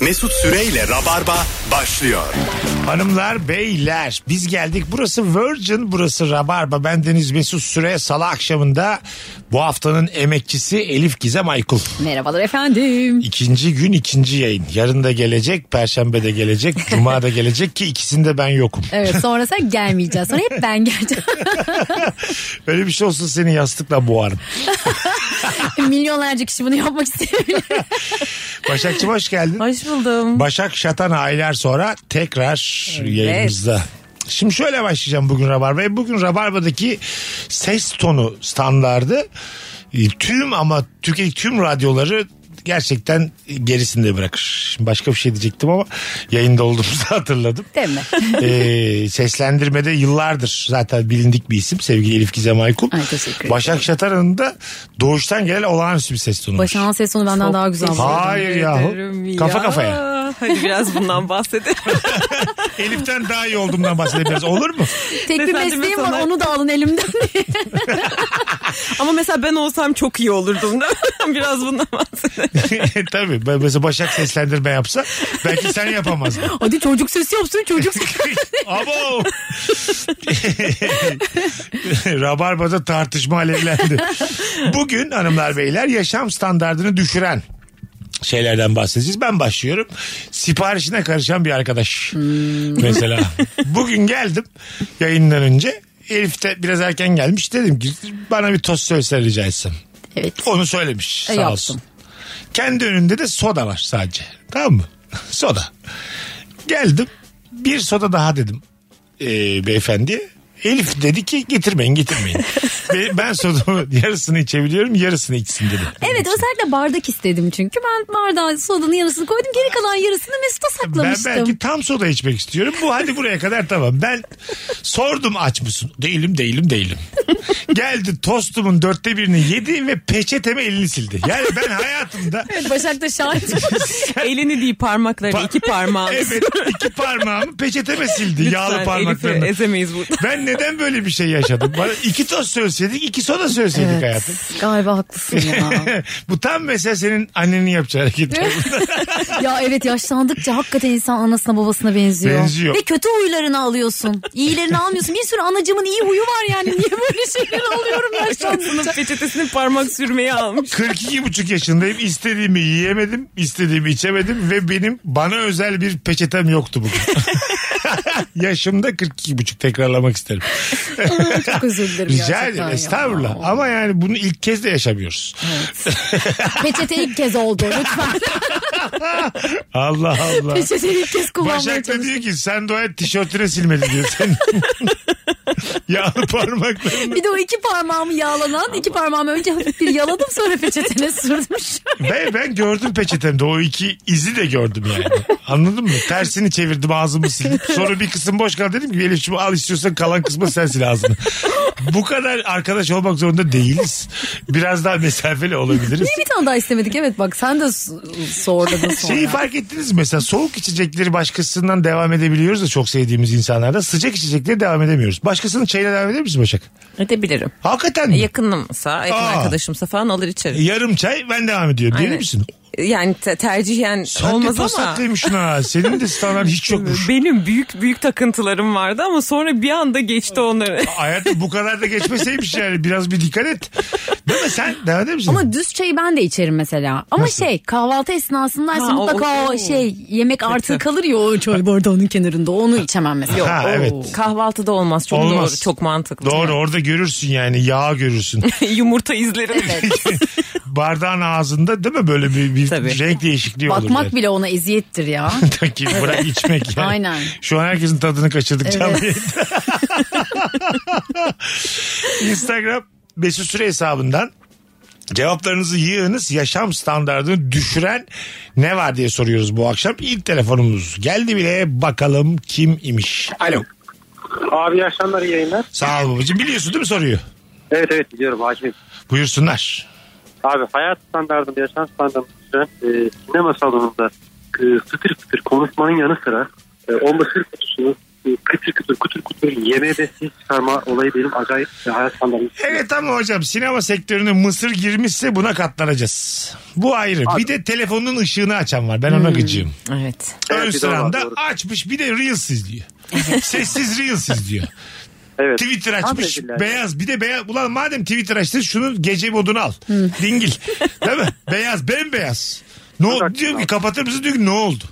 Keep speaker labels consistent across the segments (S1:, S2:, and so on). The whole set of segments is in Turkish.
S1: Mesut Süreyle Rabarba başlıyor.
S2: Hanımlar, beyler biz geldik. Burası Virgin, burası Rabarba. Ben Deniz Mesut Süre. Salı akşamında bu haftanın emekçisi Elif Gizem Aykul.
S3: Merhabalar efendim.
S2: İkinci gün ikinci yayın. Yarın da gelecek, perşembe de gelecek, cuma da gelecek ki ikisinde ben yokum.
S3: Evet sonra sen gelmeyeceğiz. Sonra hep ben geleceğim.
S2: Öyle bir şey olsun seni yastıkla boğarım.
S3: Milyonlarca kişi bunu yapmak istiyor.
S2: Başakçı hoş geldin.
S3: Hoş buldum.
S2: Başak Şatan aylar sonra tekrar yayınımızda. Şimdi şöyle başlayacağım bugün Rabarba'ya. Bugün Rabarba'daki ses tonu standardı e, tüm ama Türkiye tüm radyoları gerçekten gerisinde bırakır. Şimdi başka bir şey diyecektim ama yayında olduğumuzu hatırladım.
S3: Değil mi?
S2: Ee, seslendirmede yıllardır zaten bilindik bir isim sevgili Elif Gizem Aykul.
S3: Ay, teşekkür ederim.
S2: Başak Şatan'ın da doğuştan gelen olağanüstü bir ses tonu. var.
S3: Başak'ın ses tonu benden daha güzel. bu arada.
S2: Hayır yahu. Kafa kafaya.
S4: Hadi biraz bundan bahsedelim.
S2: Elif'ten daha iyi olduğumdan bahsedebiliriz. Olur mu?
S3: Tek bir
S4: Efendime
S3: mesleğim var
S4: sana-
S3: onu da alın elimden.
S4: Ama mesela ben olsam çok iyi olurdum. da. biraz bundan bahsedelim.
S2: Tabii. Ben Mesela Başak seslendirme yapsa belki sen yapamazdın.
S3: Hadi çocuk sesi yapsın çocuk sesi.
S2: Abo. Rabarba'da tartışma alevlendi. Bugün hanımlar beyler yaşam standartını düşüren şeylerden bahsedeceğiz. Ben başlıyorum. Siparişine karışan bir arkadaş. Mesela. Bugün geldim yayından önce. Elif de biraz erken gelmiş. Dedim ki bana bir tost söylesene rica etsem.
S3: Evet.
S2: Onu söylemiş.
S3: E,
S2: sağ
S3: yaptım.
S2: olsun. Kendi önünde de soda var sadece. Tamam mı? soda. Geldim. Bir soda daha dedim. Ee, beyefendi. Elif dedi ki getirmeyin getirmeyin. Ve ben sodamı yarısını içebiliyorum yarısını içsin dedi.
S3: Evet özellikle bardak istedim çünkü. Ben bardağı sodanın yarısını koydum. Geri kalan yarısını Mesut'a
S2: Ben
S3: saklamıştım.
S2: belki tam soda içmek istiyorum. Bu hadi buraya kadar tamam. Ben sordum aç mısın? Değilim değilim değilim. Geldi tostumun dörtte birini yedi ve peçeteme elini sildi. Yani ben hayatımda
S3: Başak da şahit.
S4: Elini değil parmaklarını,
S2: Pa-
S4: iki parmağını.
S2: Evet iki parmağımı peçeteme sildi
S4: Lütfen
S2: yağlı
S4: Elif'i
S2: parmaklarını.
S4: ezemeyiz burada.
S2: Ben neden böyle bir şey yaşadım? Bana iki toz söyleseydik iki soda söyleseydik hayatım.
S3: Galiba haklısın ya.
S2: Bu tam mesela senin annenin yapacağı hareket.
S3: ya evet yaşlandıkça hakikaten insan anasına babasına benziyor.
S2: Benziyor.
S3: Ve kötü huylarını alıyorsun. İyilerini almıyorsun. Bir sürü anacımın iyi huyu var yani. Niye böyle şeyleri alıyorum yaşlandıkça?
S4: Sınıf peçetesini parmak sürmeye almış.
S2: 42 buçuk yaşındayım. İstediğimi yiyemedim, istediğimi içemedim ve benim bana özel bir peçetem yoktu bugün. Yaşımda 42 buçuk tekrarlamak isterim.
S3: Çok özür dilerim
S2: Rica
S3: gerçekten
S2: ederim
S3: ya.
S2: estağfurullah. Ama yani bunu ilk kez de yaşamıyoruz.
S3: Peçete ilk kez oldu lütfen.
S2: Allah Allah.
S3: Peçete ilk kez kullanmaya
S2: Başak da
S3: çalıştım.
S2: diyor ki sen doğaya tişörtüne silmedin diyor. Sen yağlı parmaklarını.
S3: Bir de o iki parmağımı yağlanan, iki parmağımı önce hafif bir yaladım sonra peçetene sürdüm.
S2: Ve ben gördüm peçetemde o iki izi de gördüm yani. Anladın mı? Tersini çevirdim ağzımı sildim. Sonra bir kısım boş kaldı dedim ki Elif'ciğim al istiyorsan kalan kısmı sen sil ağzını. Bu kadar arkadaş olmak zorunda değiliz. Biraz daha mesafeli olabiliriz.
S3: Bir tane daha istemedik evet bak sen de s- sorguladın sonra.
S2: Şeyi fark ettiniz mi mesela soğuk içecekleri başkasından devam edebiliyoruz da çok sevdiğimiz insanlarda sıcak içecekleri devam edemiyoruz. Başkasının çayına devam edebilir misin Başak?
S4: Edebilirim.
S2: Hakikaten mi?
S4: Yakınımsa, yakın
S2: Aa.
S4: arkadaşımsa falan alır içerim.
S2: Yarım çay ben devam ediyorum diyebilir
S4: Aynen.
S2: misin?
S4: Yani te- tercihen olmaz ama.
S2: Saklıymış ha. Senin de standart hiç yokmuş.
S4: Benim büyük büyük takıntılarım vardı ama sonra bir anda geçti onları.
S2: Hayatım bu kadar da geçmeseymiş yani. Biraz bir dikkat et. Değil mi sen? Devam eder misin?
S3: Ama düz çayı ben de içerim mesela. Ama şey kahvaltı esnasındaysa
S4: Ha, o-
S3: mutlaka o,
S4: o-
S3: şey yemek artığı kalır ya o çay bardağının kenarında onu içemem mesela.
S4: Yok,
S2: Ha,
S4: o
S2: evet.
S4: Kahvaltıda olmaz. Çok
S2: Olmaz.
S4: doğru, çok mantıklı.
S2: Doğru orada görürsün yani yağ görürsün.
S4: Yumurta izlerim.
S2: Bardağın ağzında değil mi böyle bir, bir
S4: Tabii.
S2: renk değişikliği olur.
S3: Bakmak
S2: yani.
S3: bile ona eziyettir ya.
S2: Taki, bırak içmek yani.
S3: Aynen.
S2: Şu an herkesin tadını kaçırdık
S3: Evet.
S2: canlı yayında. Instagram Mesut Süre hesabından cevaplarınızı yığınız. Yaşam standartını düşüren ne var diye soruyoruz bu akşam. İlk telefonumuz geldi bile bakalım kim imiş. Alo.
S5: Abi yaşanlar iyi yayınlar.
S2: Sağ ol babacığım. Biliyorsun değil mi soruyu?
S5: Evet evet biliyorum hakimim.
S2: Buyursunlar.
S5: Abi hayat standartım, yaşam standartım süren e, sinema salonunda e, fıtır fıtır konuşmanın yanı sıra e, o mısır kutusunu e, kütür kütür kütür kütür yemeğe de ses çıkarma olayı benim acayip e, hayat standartım.
S2: Evet ama hocam sinema sektörüne mısır girmişse buna katlanacağız. Bu ayrı. Bir de telefonun ışığını açan var. Ben ona gıcığım.
S4: Evet.
S2: Ön
S5: Evet, bir de o var,
S2: sıranda
S5: doğru.
S2: açmış bir de Reels izliyor. Sessiz Reels izliyor.
S5: Evet.
S2: Twitter açmış
S5: Hanımefendiler.
S2: beyaz bir de beyaz. Ulan madem Twitter açtın şunu gece modunu al. Dingil. Değil mi? Beyaz bembeyaz. Ne oldu?
S5: haklısın
S2: Diyorum ki
S5: abi.
S2: kapatır mısın? Diyor ki ne oldu?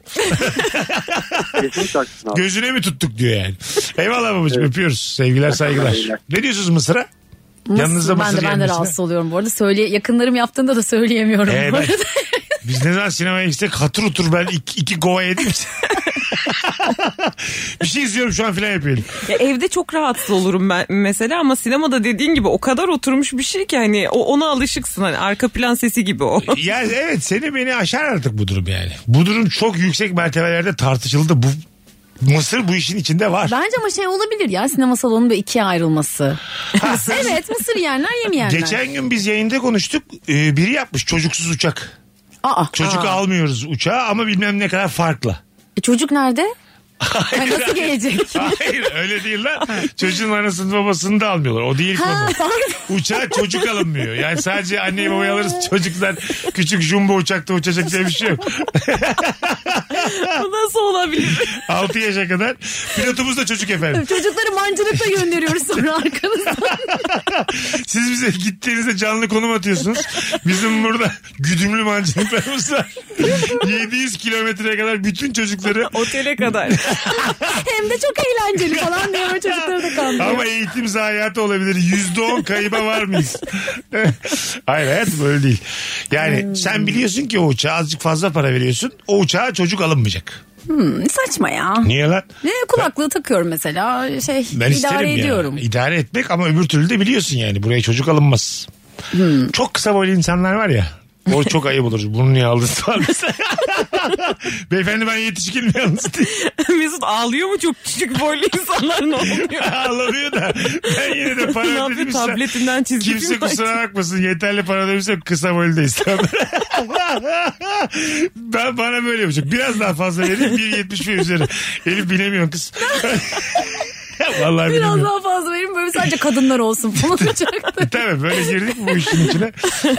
S5: Kesinlikle haklısın abi.
S2: Gözüne mi tuttuk diyor yani. Eyvallah babacığım öpüyoruz. Sevgiler saygılar.
S5: Eyvallah.
S2: ne diyorsunuz Mısır'a? Yanınızda
S3: ben
S2: mısır
S3: de ben de
S2: yenmesine?
S3: rahatsız oluyorum bu arada. Söyle yakınlarım yaptığında da söyleyemiyorum.
S2: Ee,
S3: bu
S2: ben-
S3: arada.
S2: Biz ne zaman sinemaya gitsek hatır otur ben iki, iki gova yedim. bir şey izliyorum şu an filan yapıyorum.
S4: Ya evde çok rahatsız olurum ben mesela ama sinemada dediğin gibi o kadar oturmuş bir şey ki hani o ona alışıksın hani arka plan sesi gibi o.
S2: Ya evet seni beni aşar artık bu durum yani. Bu durum çok yüksek mertebelerde tartışıldı. Bu Mısır bu işin içinde var.
S3: Bence ama şey olabilir ya sinema salonunun böyle ikiye ayrılması. Mısır. evet mısır yiyenler yemeyenler.
S2: Geçen gün biz yayında konuştuk. Ee, biri yapmış çocuksuz uçak.
S3: Aa,
S2: Çocuk
S3: aa.
S2: almıyoruz uçağa ama bilmem ne kadar farklı.
S3: E, çocuk nerede? Ay, nasıl gelecek?
S2: Hayır öyle değil lan. Çocuğun anasını babasını da almıyorlar. O değil
S3: Ha,
S2: konu.
S3: pardon.
S2: Uçağa çocuk alınmıyor. Yani sadece anneyi babayı alırız. Çocuklar küçük jumbo uçakta uçacak diye bir şey yok.
S4: Bu nasıl olabilir?
S2: 6 yaşa kadar. Pilotumuz da çocuk efendim.
S3: Çocukları mancınıkla gönderiyoruz sonra arkanızdan.
S2: Siz bize gittiğinizde canlı konum atıyorsunuz. Bizim burada güdümlü mancınıklarımız var. 700 kilometreye kadar bütün çocukları
S4: Otele kadar.
S3: Hem de çok eğlenceli falan diye böyle çocukları da kandırıyor.
S2: Ama eğitim zayiatı olabilir. Yüzde on kayıba var mıyız? Hayır hayat böyle değil. Yani sen biliyorsun ki o uçağa azıcık fazla para veriyorsun. O uçağa çocuk alınmayacak.
S3: Hmm, Saçma ya.
S2: Niye lan?
S3: Ne kulaklığı takıyorum mesela şey
S2: Ben isterim
S3: idare
S2: ya.
S3: ediyorum.
S2: İdare etmek ama öbür türlü de biliyorsun yani buraya çocuk alınmaz. Çok kısa boylu insanlar var ya. O çok ayıp olur. Bunu niye aldınız falan. Beyefendi ben yetişkinim yalnız diye.
S4: Mesut ağlıyor mu çok küçük boylu insanlar ne oluyor?
S2: Ağlamıyor da ben yine de
S4: Ne
S2: para
S4: yapıyor?
S2: ödedim.
S4: Tabletinden çizgi
S2: Kimse
S4: film
S2: kusura bakmasın yeterli para ödemişsem kısa boyluyuz. ben bana böyle yapacak. Biraz daha fazla vereyim 1.70 ve üzeri. Elif bilemiyorsun kız. Vallahi
S3: Biraz
S2: bilemiyorum.
S3: daha fazla verin böyle sadece kadınlar olsun falan olacaktı.
S2: Tabii böyle girdik bu işin içine.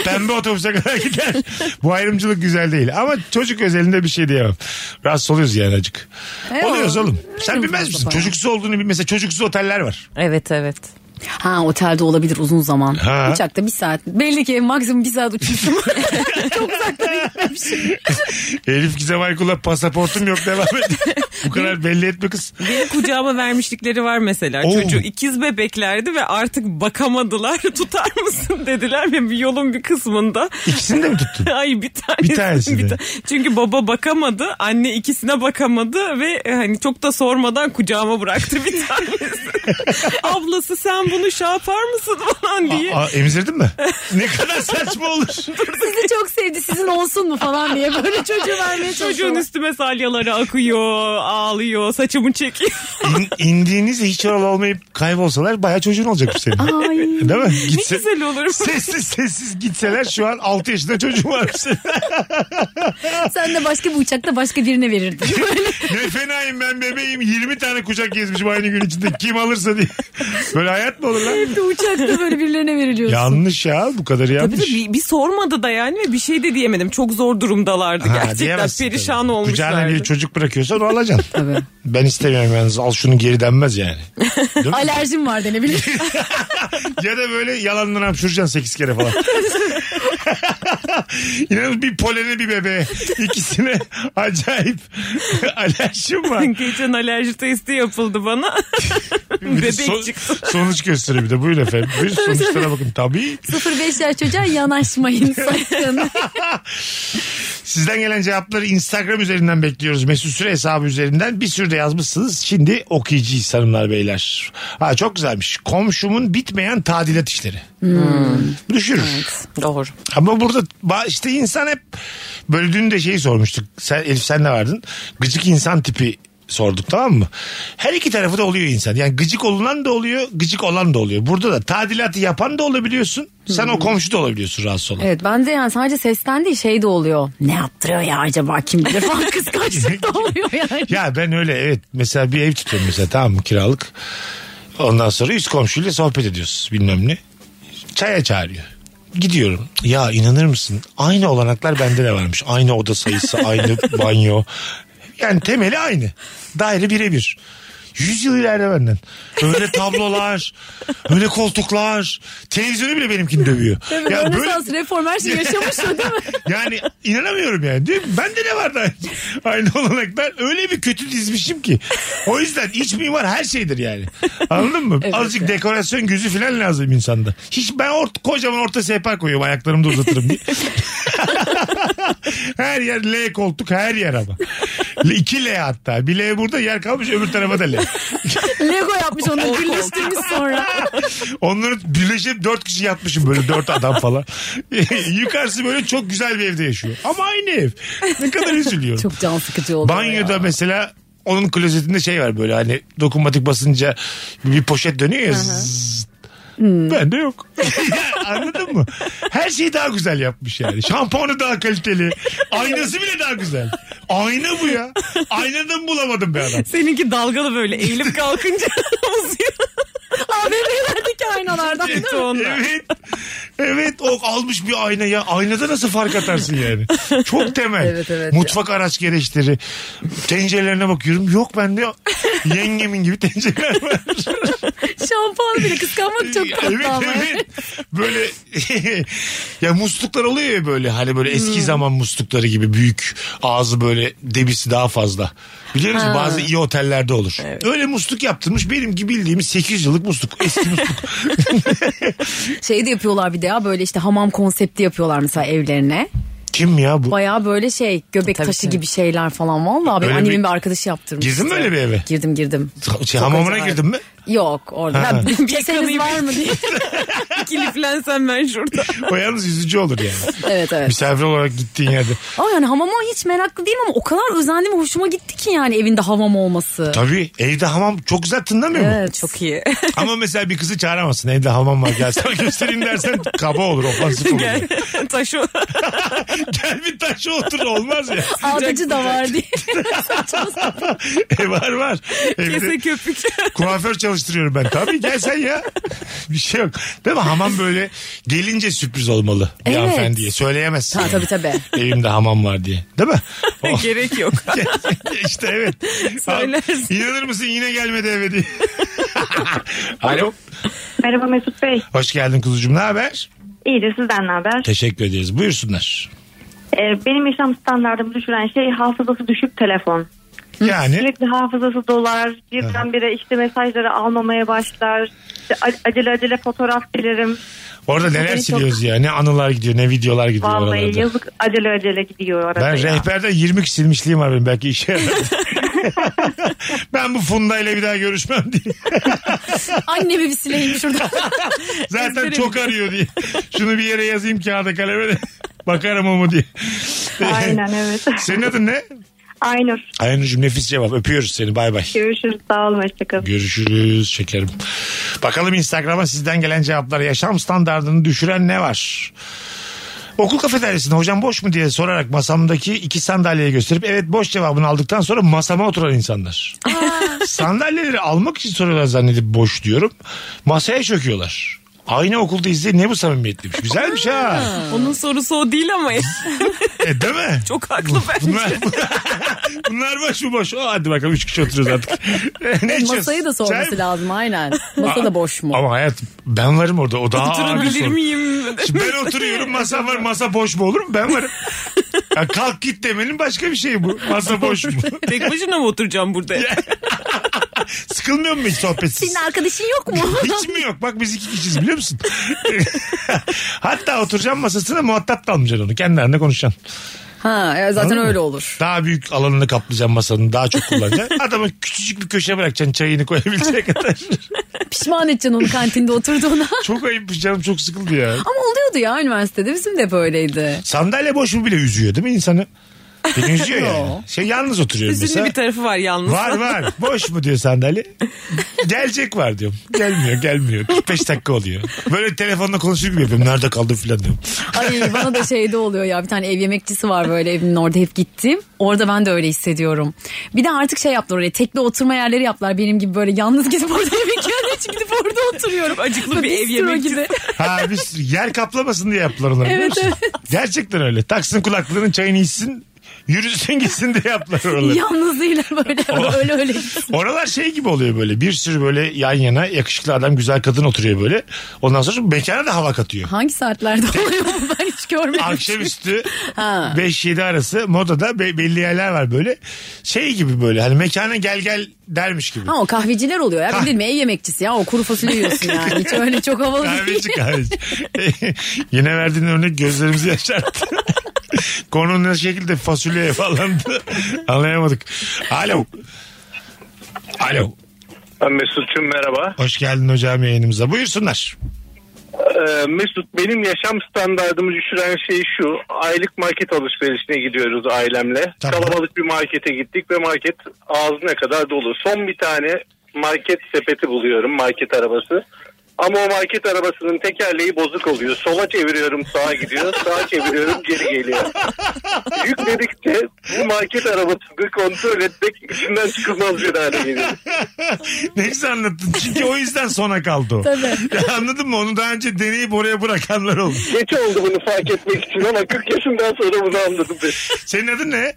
S2: Pembe otobüse kadar gider. Bu ayrımcılık güzel değil. Ama çocuk özelinde bir şey diyemem. Rahatsız oluyoruz yani acık.
S3: E,
S2: Oluyoruz
S3: o-
S2: oğlum. Sen
S3: Verin
S2: bilmez
S3: fazla
S2: misin?
S3: para.
S2: Çocuksuz olduğunu bil. Mesela çocuksuz oteller var.
S4: Evet evet.
S3: Ha otelde olabilir uzun zaman.
S2: Ha.
S3: Uçakta bir saat. Belli ki maksimum bir saat uçmuşum. Çok uzakta gitmemişim.
S2: Elif Gizem Aykul'a pasaportum yok devam et. Bu kadar belli etme kız.
S4: Beni kucağıma vermişlikleri var mesela.
S2: Oo.
S4: Çocuğu ikiz bebeklerdi ve artık bakamadılar. Tutar mısın dediler ve bir yolun bir kısmında.
S2: İkisini de mi tuttun?
S4: Ay bir tanesi.
S2: Bir tanesini.
S4: Çünkü baba bakamadı. Anne ikisine bakamadı ve e, hani çok da sormadan kucağıma bıraktı bir tanesini. Ablası sen bunu şey yapar mısın falan diye.
S2: Aa, emzirdin mi? Ne kadar saçma olur.
S3: Sizi çok sevdi sizin olsun mu falan diye böyle çocuğu vermeye
S4: Çocuğun
S3: çalışıyorum.
S4: üstüme salyaları akıyor, ağlıyor, saçımı çekiyor.
S2: İn, indiğinizde hiç oralı olmayıp kaybolsalar bayağı çocuğun olacak bu senin.
S3: Ay.
S2: Değil mi?
S4: ne güzel olur.
S2: Sessiz sessiz gitseler şu an 6 yaşında çocuğu var.
S3: Sen de başka bir uçakta başka birine verirdin.
S2: ne fenayım ben bebeğim 20 tane kucak gezmişim aynı gün içinde kim alırsa diye. Böyle hayat mı olur lan?
S3: Böyle uçakta böyle birilerine veriliyorsun.
S2: Yanlış ya bu kadar
S4: Tabii
S2: yanlış.
S4: de bir, bir sormadı da yani ve bir şey de diyemedim. Çok zor durumdalardı
S2: Ha,
S4: gerçekten.
S2: diyemezsin tabii.
S4: Perişan
S2: Kucağına
S4: olmuşlardı.
S2: bir çocuk bırakıyorsan onu alacaksın.
S3: Tabii.
S2: Ben istemiyorum yalnız al şunu geri denmez yani. Değil mi?
S3: Alerjim var denebilir.
S2: ya da böyle yalandan hapşuracaksın 8 kere falan. İnanın bir polene bir bebeğe. İkisine acayip alerjim var.
S4: Geçen alerji testi yapıldı bana.
S2: Bir de
S4: Bebek
S2: son-
S4: çıktı.
S2: Sonuç gösteriyor bir de. Buyurun efendim. Buyurun sonuçlara bakın. Tabii.
S3: 0-5 yaş çocuğa yanaşmayın sakın.
S2: Sizden gelen cevapları Instagram üzerinden bekliyoruz. Mesut Süre hesabı üzerinden bir sürü de yazmışsınız. Şimdi okuyacağız hanımlar beyler. Ha, çok güzelmiş. Komşumun bitmeyen tadilat işleri. Düşürür.
S4: Doğru.
S2: Ama burada ba- işte şey insan hep böyle dün de şeyi sormuştuk. Sen, Elif sen de vardın. Gıcık insan tipi sorduk tamam mı? Her iki tarafı da oluyor insan. Yani gıcık olunan da oluyor, gıcık olan da oluyor. Burada da tadilatı yapan da olabiliyorsun. Sen o komşu da olabiliyorsun rahatsız olan.
S3: Evet ben de yani sadece sesten değil şey de oluyor. Ne yaptırıyor ya acaba kim bilir falan kıskançlık da oluyor yani.
S2: Ya ben öyle evet mesela bir ev tutuyorum mesela tamam mı kiralık. Ondan sonra üst komşuyla sohbet ediyoruz bilmem ne. Çaya çağırıyor. Gidiyorum. Ya inanır mısın? Aynı olanaklar bende de varmış. Aynı oda sayısı, aynı banyo. Yani temeli aynı. Daire birebir. 100 yıl ileride benden. Öyle tablolar, öyle koltuklar. Televizyonu bile benimkini dövüyor.
S3: Ya Rönesans, reform her şeyi yaşamış o değil mi?
S2: Yani inanamıyorum yani. Değil mi? Bende ne var da aynı olanaklar öyle bir kötü dizmişim ki. O yüzden iç mimar her şeydir yani. Anladın mı?
S3: Evet,
S2: Azıcık
S3: evet.
S2: dekorasyon gözü falan lazım insanda. Hiç ben orta, kocaman orta sehpa koyuyorum ayaklarımı da uzatırım diye. her yer L koltuk her yer ama. İki L hatta. Bir L burada yer kalmış öbür tarafa da L.
S3: Lego yapmış onu birleştirmiş sonra.
S2: Onları birleşip dört kişi yatmışım böyle dört adam falan. Yukarısı böyle çok güzel bir evde yaşıyor. Ama aynı ev. Ne kadar üzülüyorum.
S3: Çok can sıkıcı oldu.
S2: Banyoda
S3: ya.
S2: mesela onun klozetinde şey var böyle hani dokunmatik basınca bir poşet dönüyor ya. zzz.
S3: Hmm.
S2: Bende yok. Anladın mı? Her şeyi daha güzel yapmış yani. Şampuanı daha kaliteli. Aynası bile daha güzel. Ayna bu ya. Aynadan bulamadım bir adam.
S4: Seninki dalgalı böyle eğilip kalkınca uzuyor.
S3: AVM'lerdeki aynalardan.
S4: Kötü onda.
S2: Evet. Evet o almış bir ayna ya. Aynada nasıl fark atarsın yani? Çok temel.
S3: Evet, evet.
S2: Mutfak araç gereçleri. Tencerelerine bakıyorum. Yok bende yengemin gibi tencereler var.
S3: Şampuan bile kıskanmak çok tatlı
S2: evet,
S3: ama.
S2: evet. Böyle ya musluklar oluyor ya böyle hani böyle eski
S3: Hmm.
S2: zaman muslukları gibi büyük ağzı böyle debisi daha fazla. Biliyor musun bazı iyi otellerde olur. Öyle musluk yaptırmış benim gibi bildiğimiz 8 yıllık musluk. Eski musluk.
S3: Şey de yapıyorlar bir de ya böyle işte hamam konsepti yapıyorlar mesela evlerine.
S2: Kim ya bu?
S3: Baya böyle şey göbek
S4: Tabii,
S3: taşı
S4: tabii.
S3: gibi şeyler falan. Vallahi benim
S2: Öyle
S3: annemin
S2: bir-
S3: bir arkadaşı yaptırmıştı.
S2: Girdin mi öyle bir eve?
S3: Girdim girdim.
S2: Şey,
S3: Çok
S2: hamamına
S3: acayip.
S2: girdin mi?
S3: Yok orada.
S2: Ha.
S3: Ya, bir keseniz
S4: Yakınıyım.
S3: var mı diye.
S4: Kiliflensem ben şurada.
S2: O yalnız yüzücü olur yani.
S3: evet evet.
S2: Misafir olarak gittiğin yerde.
S3: Ama yani hamama hiç meraklı değilim ama o kadar özendim hoşuma gitti ki yani evinde hamam olması.
S2: Tabii evde hamam çok güzel tınlamıyor mu?
S3: Evet.
S4: Çok iyi.
S2: Ama mesela bir kızı çağıramazsın. Evde hamam var gel sana göstereyim dersen kaba olur ofansif olur.
S4: Gel. Taş o.
S2: Gel bir taşa otur olmaz ya.
S3: Ağdacı da var diye.
S2: E var var.
S4: Kese
S2: Evde
S4: köpük.
S2: kuaför çalıştırıyorum ben. Tabii gel sen ya. Bir şey yok. Değil mi? Hamam böyle gelince sürpriz olmalı. Bir
S3: Evet.
S2: hanımefendiye. Söyleyemezsin.
S3: Ha, tabii tabii.
S2: Evimde hamam var diye. Değil mi? O-
S4: Gerek yok.
S2: işte evet.
S4: Söylersin.
S2: Abi, İnanır mısın yine gelmedi eve diye. Alo.
S6: Merhaba Mesut Bey.
S2: Hoş geldin kuzucuğum ne haber?
S6: İyidir sizden ne haber?
S2: Teşekkür ederiz. Buyursunlar.
S6: Ee, benim yaşam standartımı düşüren şey hafızası düşük telefon.
S2: Yani
S6: Sürekli hafızası dolar. Birdenbire işte mesajları almamaya başlar. İşte a- acele acele fotoğraf silerim.
S2: orada neler
S6: Beni çok-
S2: siliyoruz ya. Ne anılar gidiyor ne videolar gidiyor
S6: Vallahi
S2: oralarda.
S6: yazık acele acele gidiyor arada
S2: Ben
S6: ya.
S2: rehberde 20 kişi silmişliğim var benim belki işe yarar. ben bu Funda ile bir daha görüşmem diye.
S3: Annemi bir sileyim şurada.
S2: Zaten çok arıyor diye. Şunu bir yere yazayım kağıda kaleme de. Bakarım o mu diye.
S6: Aynen evet.
S2: Senin adın ne?
S6: Aynur.
S2: Aynur'cum nefis cevap. Öpüyoruz seni bay bay.
S6: Görüşürüz. Sağ olun. Hoşçakalın.
S2: Görüşürüz şekerim. Bakalım Instagram'a sizden gelen cevaplara yaşam standartını düşüren ne var? Okul kafeteryasında hocam boş mu diye sorarak masamdaki iki sandalyeyi gösterip evet boş cevabını aldıktan sonra masama oturan insanlar. Sandalyeleri almak için soruyorlar zannedip boş diyorum. Masaya çöküyorlar. Aynı okulda izle ne bu samimiyet demiş. Güzelmiş ha.
S4: Onun sorusu o değil ama.
S2: E, değil mi?
S4: Çok haklı bence.
S2: Bunlar, bunlar boş mu boş? O, hadi bakalım üç kişi oturuyoruz artık. ne içiyoruz?
S3: Masayı
S2: Çay
S3: da
S2: mı?
S3: sorması lazım aynen. Masa da boş mu?
S2: Ama hayat ben varım orada. O daha ağır bir
S4: Oturabilir
S2: soru.
S4: miyim?
S2: Şimdi ben oturuyorum masa var masa boş mu olur mu? Ben varım. Ya kalk git demenin başka bir şeyi bu. Masa boş mu?
S4: Tek başına mı oturacağım burada?
S2: Sıkılmıyor mu hiç sohbetsiz?
S3: Senin arkadaşın yok mu?
S2: Hiç mi yok? Bak biz iki kişiyiz biliyor musun? Hatta oturacağım masasına muhatap da almayacaksın onu. Kendi halinde konuşacaksın.
S3: ha e, zaten
S2: Anladın mı?
S3: öyle olur.
S2: Daha büyük alanını kaplayacaksın masanın. Daha çok kullanacaksın. Adamı küçücük bir köşe bırakacaksın çayını koyabileceği kadar.
S3: Pişman edeceksin onu kantinde oturduğuna.
S2: çok ayıp canım çok sıkıldı ya.
S3: Ama oluyordu ya üniversitede bizim de böyleydi.
S2: Sandalye boş mu bile üzüyor değil mi insanı? Henüz yok yani.
S3: Yo.
S2: Şey yalnız oturuyorum
S4: Üzünlü
S2: mesela.
S4: bir tarafı var yalnız.
S2: Var var. Boş mu diyor sandalye. Gelecek var diyorum. Gelmiyor gelmiyor. 45 dakika oluyor. Böyle telefonla konuşur gibi yapıyorum. Nerede kaldın filan diyorum.
S3: Ay bana da şeyde oluyor ya bir tane ev yemekçisi var böyle evimin orada hep gittim. Orada ben de öyle hissediyorum. Bir de artık şey yaptılar oraya tekli oturma yerleri yaptılar benim gibi böyle yalnız gidip orada yemek yerine için gidip orada oturuyorum.
S4: Acıklı
S3: Böyle
S4: bir ev
S3: bistro
S4: yemekçisi.
S3: gibi.
S2: Ha biz yer kaplamasın diye yaptılar onları. biliyor
S3: Evet,
S2: musun? Gerçekten öyle. Taksın kulaklığının çayını içsin. Yürüsün gitsin diye yaptılar oraları.
S3: Yalnızlığıyla böyle öyle öyle.
S2: Oralar şey gibi oluyor böyle. Bir sürü böyle yan yana yakışıklı adam güzel kadın oturuyor böyle. Ondan sonra mekana da hava katıyor.
S3: Hangi saatlerde oluyor bu ben hiç görmedim.
S2: Akşamüstü
S3: Ha.
S2: 5-7 arası modada be- belli yerler var böyle. Şey gibi böyle hani mekana gel gel dermiş gibi.
S3: Ha o kahveciler oluyor ya.
S2: Ha.
S3: Bir de ev yemekçisi ya. O kuru fasulye yiyorsun yani. Hiç öyle çok havalı değil.
S2: Kahveci kahveci. Yine verdiğin örnek gözlerimizi yaşarttı. Konu ne şekilde fasulyeye falan anlayamadık. Alo. Alo.
S7: Ben Mesut'cum merhaba.
S2: Hoş geldin hocam yayınımıza. Buyursunlar.
S7: Ee, Mesut benim yaşam standartımı düşüren şey şu. Aylık market alışverişine gidiyoruz ailemle.
S2: Tamam.
S7: Kalabalık bir markete gittik ve market ağzına kadar dolu. Son bir tane market sepeti buluyorum market arabası. Ama o market arabasının tekerleği bozuk oluyor. Sola çeviriyorum sağa gidiyor. Sağa çeviriyorum geri geliyor. Yükledikçe bu market arabasını kontrol etmek içinden çıkılmaz bir hale geliyor.
S2: ne güzel anlattın. Çünkü o yüzden sona kaldı o.
S3: Tabii.
S2: Ya anladın mı? Onu daha önce deneyip oraya bırakanlar oldu.
S7: Geç oldu bunu fark etmek için ama 40 yaşından sonra bunu anladım. ben.
S2: Senin adın ne?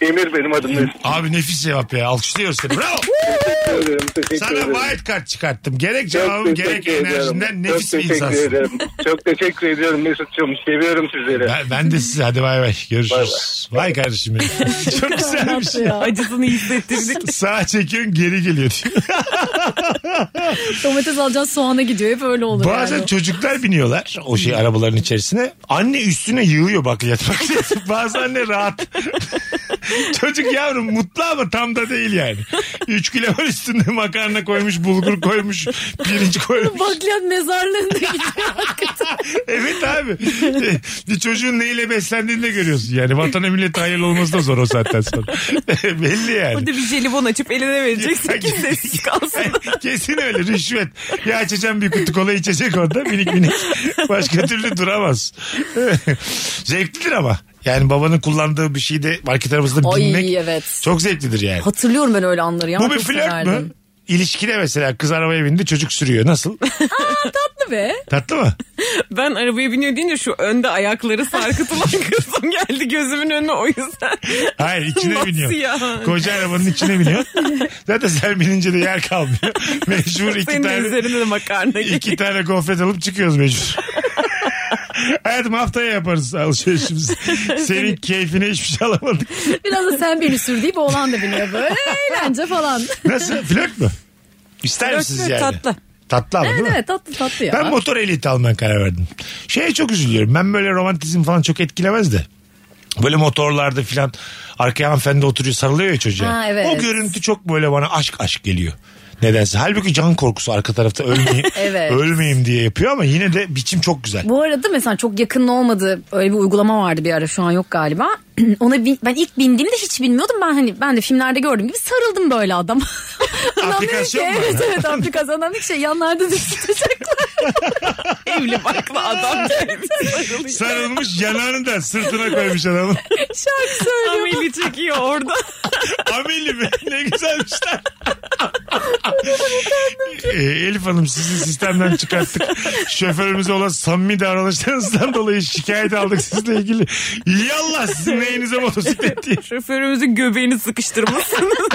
S7: Emir benim adım Mesut.
S2: Abi nefis cevap ya. Alkışlıyoruz seni. Bravo.
S7: Teşekkür ederim. Teşekkür
S2: Sana
S7: ederim.
S2: white card çıkarttım. Gerek
S7: Çok
S2: cevabın gerek
S7: teşekkür ederim.
S2: enerjinden nefis
S7: Çok
S2: bir
S7: teşekkür
S2: insansın.
S7: ederim. Çok teşekkür ediyorum Mesut'cum. Seviyorum sizleri.
S2: Ben, ben de size hadi bay bay görüşürüz. Vay kardeşim benim. Çok güzel bir şey.
S4: Acısını hissettirdik.
S2: Sağa çekiyorsun geri geliyor diyor.
S3: Domates alacaksın soğana gidiyor. Hep öyle olur
S2: Bazen
S3: yani.
S2: çocuklar biniyorlar o
S7: Hmm.
S2: şey arabaların içerisine. Anne üstüne yığıyor bakliyat bakliyat. Bazı anne rahat. Çocuk yavrum mutlu ama tam da değil yani. 3 kilo var üstünde makarna koymuş, bulgur koymuş, pirinç koymuş.
S3: Bakliyat mezarlığında gidiyor.
S2: Evet abi. Bir çocuğun neyle beslendiğini de görüyorsun. Yani vatana millete hayırlı olması da zor o saatten sonra. Belli yani.
S4: Burada bir jelibon açıp eline vereceksin ki sessiz kalsın.
S2: Kesin öyle rüşvet. Ya açacağım bir kutu kola içecek orada minik minik. Başka türlü duramaz. Zevklidir ama. Yani babanın kullandığı bir şeyde market arabasında
S3: Ay,
S2: binmek
S3: evet.
S2: çok zevklidir yani.
S3: Hatırlıyorum ben öyle anları ya.
S2: Bu bir
S3: Çok
S2: flört mü?
S3: severdim.
S2: İlişkide mesela kız arabaya bindi çocuk sürüyor. Nasıl?
S3: Tatlı be.
S2: Tatlı mı?
S4: Ben arabaya biniyor deyince şu önde ayakları sarkıtılan kızım geldi gözümün önüne o yüzden.
S2: Hayır içine
S4: Nasıl
S2: biniyor.
S4: ya?
S2: Koca arabanın içine biniyor. Zaten sen binince de yer kalmıyor. Mecbur iki
S4: Senin de
S2: tane...
S4: üzerine de makarna
S2: İki tane gofret alıp çıkıyoruz mecbur. Hayatım haftaya yaparız alışverişimizi. Senin keyfine hiçbir şey alamadık.
S3: Biraz da sen beni sür deyip oğlan da biniyor böyle. Eğlence falan.
S2: Nasıl? Flört mü? İster
S4: Flört
S2: misiniz
S4: mü?
S2: yani?
S4: Tatlı.
S2: Tatlı ama değil mi?
S3: Evet tatlı tatlı ya.
S2: Ben motor ehliyeti almaya karar verdim. Şeye çok üzülüyorum. Ben böyle romantizm falan çok etkilemez de. Böyle motorlarda filan arkaya hanımefendi oturuyor sarılıyor ya çocuğa.
S3: Ha, evet.
S2: O görüntü çok böyle bana aşk aşk geliyor. Nedense. Halbuki can korkusu arka tarafta ölmeyeyim,
S3: Evet.
S2: ölmeyeyim diye yapıyor ama yine de biçim çok güzel.
S3: Bu arada mesela çok yakın olmadı. Öyle bir uygulama vardı bir ara şu an yok galiba. Ona bin- ben ilk bindiğimde hiç bilmiyordum. Ben hani ben de filmlerde gördüğüm gibi sarıldım böyle adam. Adam dedi ki,
S2: Aplikasyon mu?
S3: Evet evet aplikasyon. Adam dedi ki şey yanlarda düşecekler.
S4: evli barklı adam geldi. sarılıyor.
S2: Sarılmış yanağını da sırtına koymuş adamın.
S3: Şarkı söylüyor.
S4: Ameli çekiyor orada.
S2: Ameli mi? Ne güzelmişler. ee, Elif Hanım sizi sistemden çıkarttık. Şoförümüze olan samimi davranışlarınızdan dolayı şikayet aldık sizle ilgili. Yallah sizin neyinize motosiklet diye.
S4: Şoförümüzün göbeğini sıkıştırmışsınız.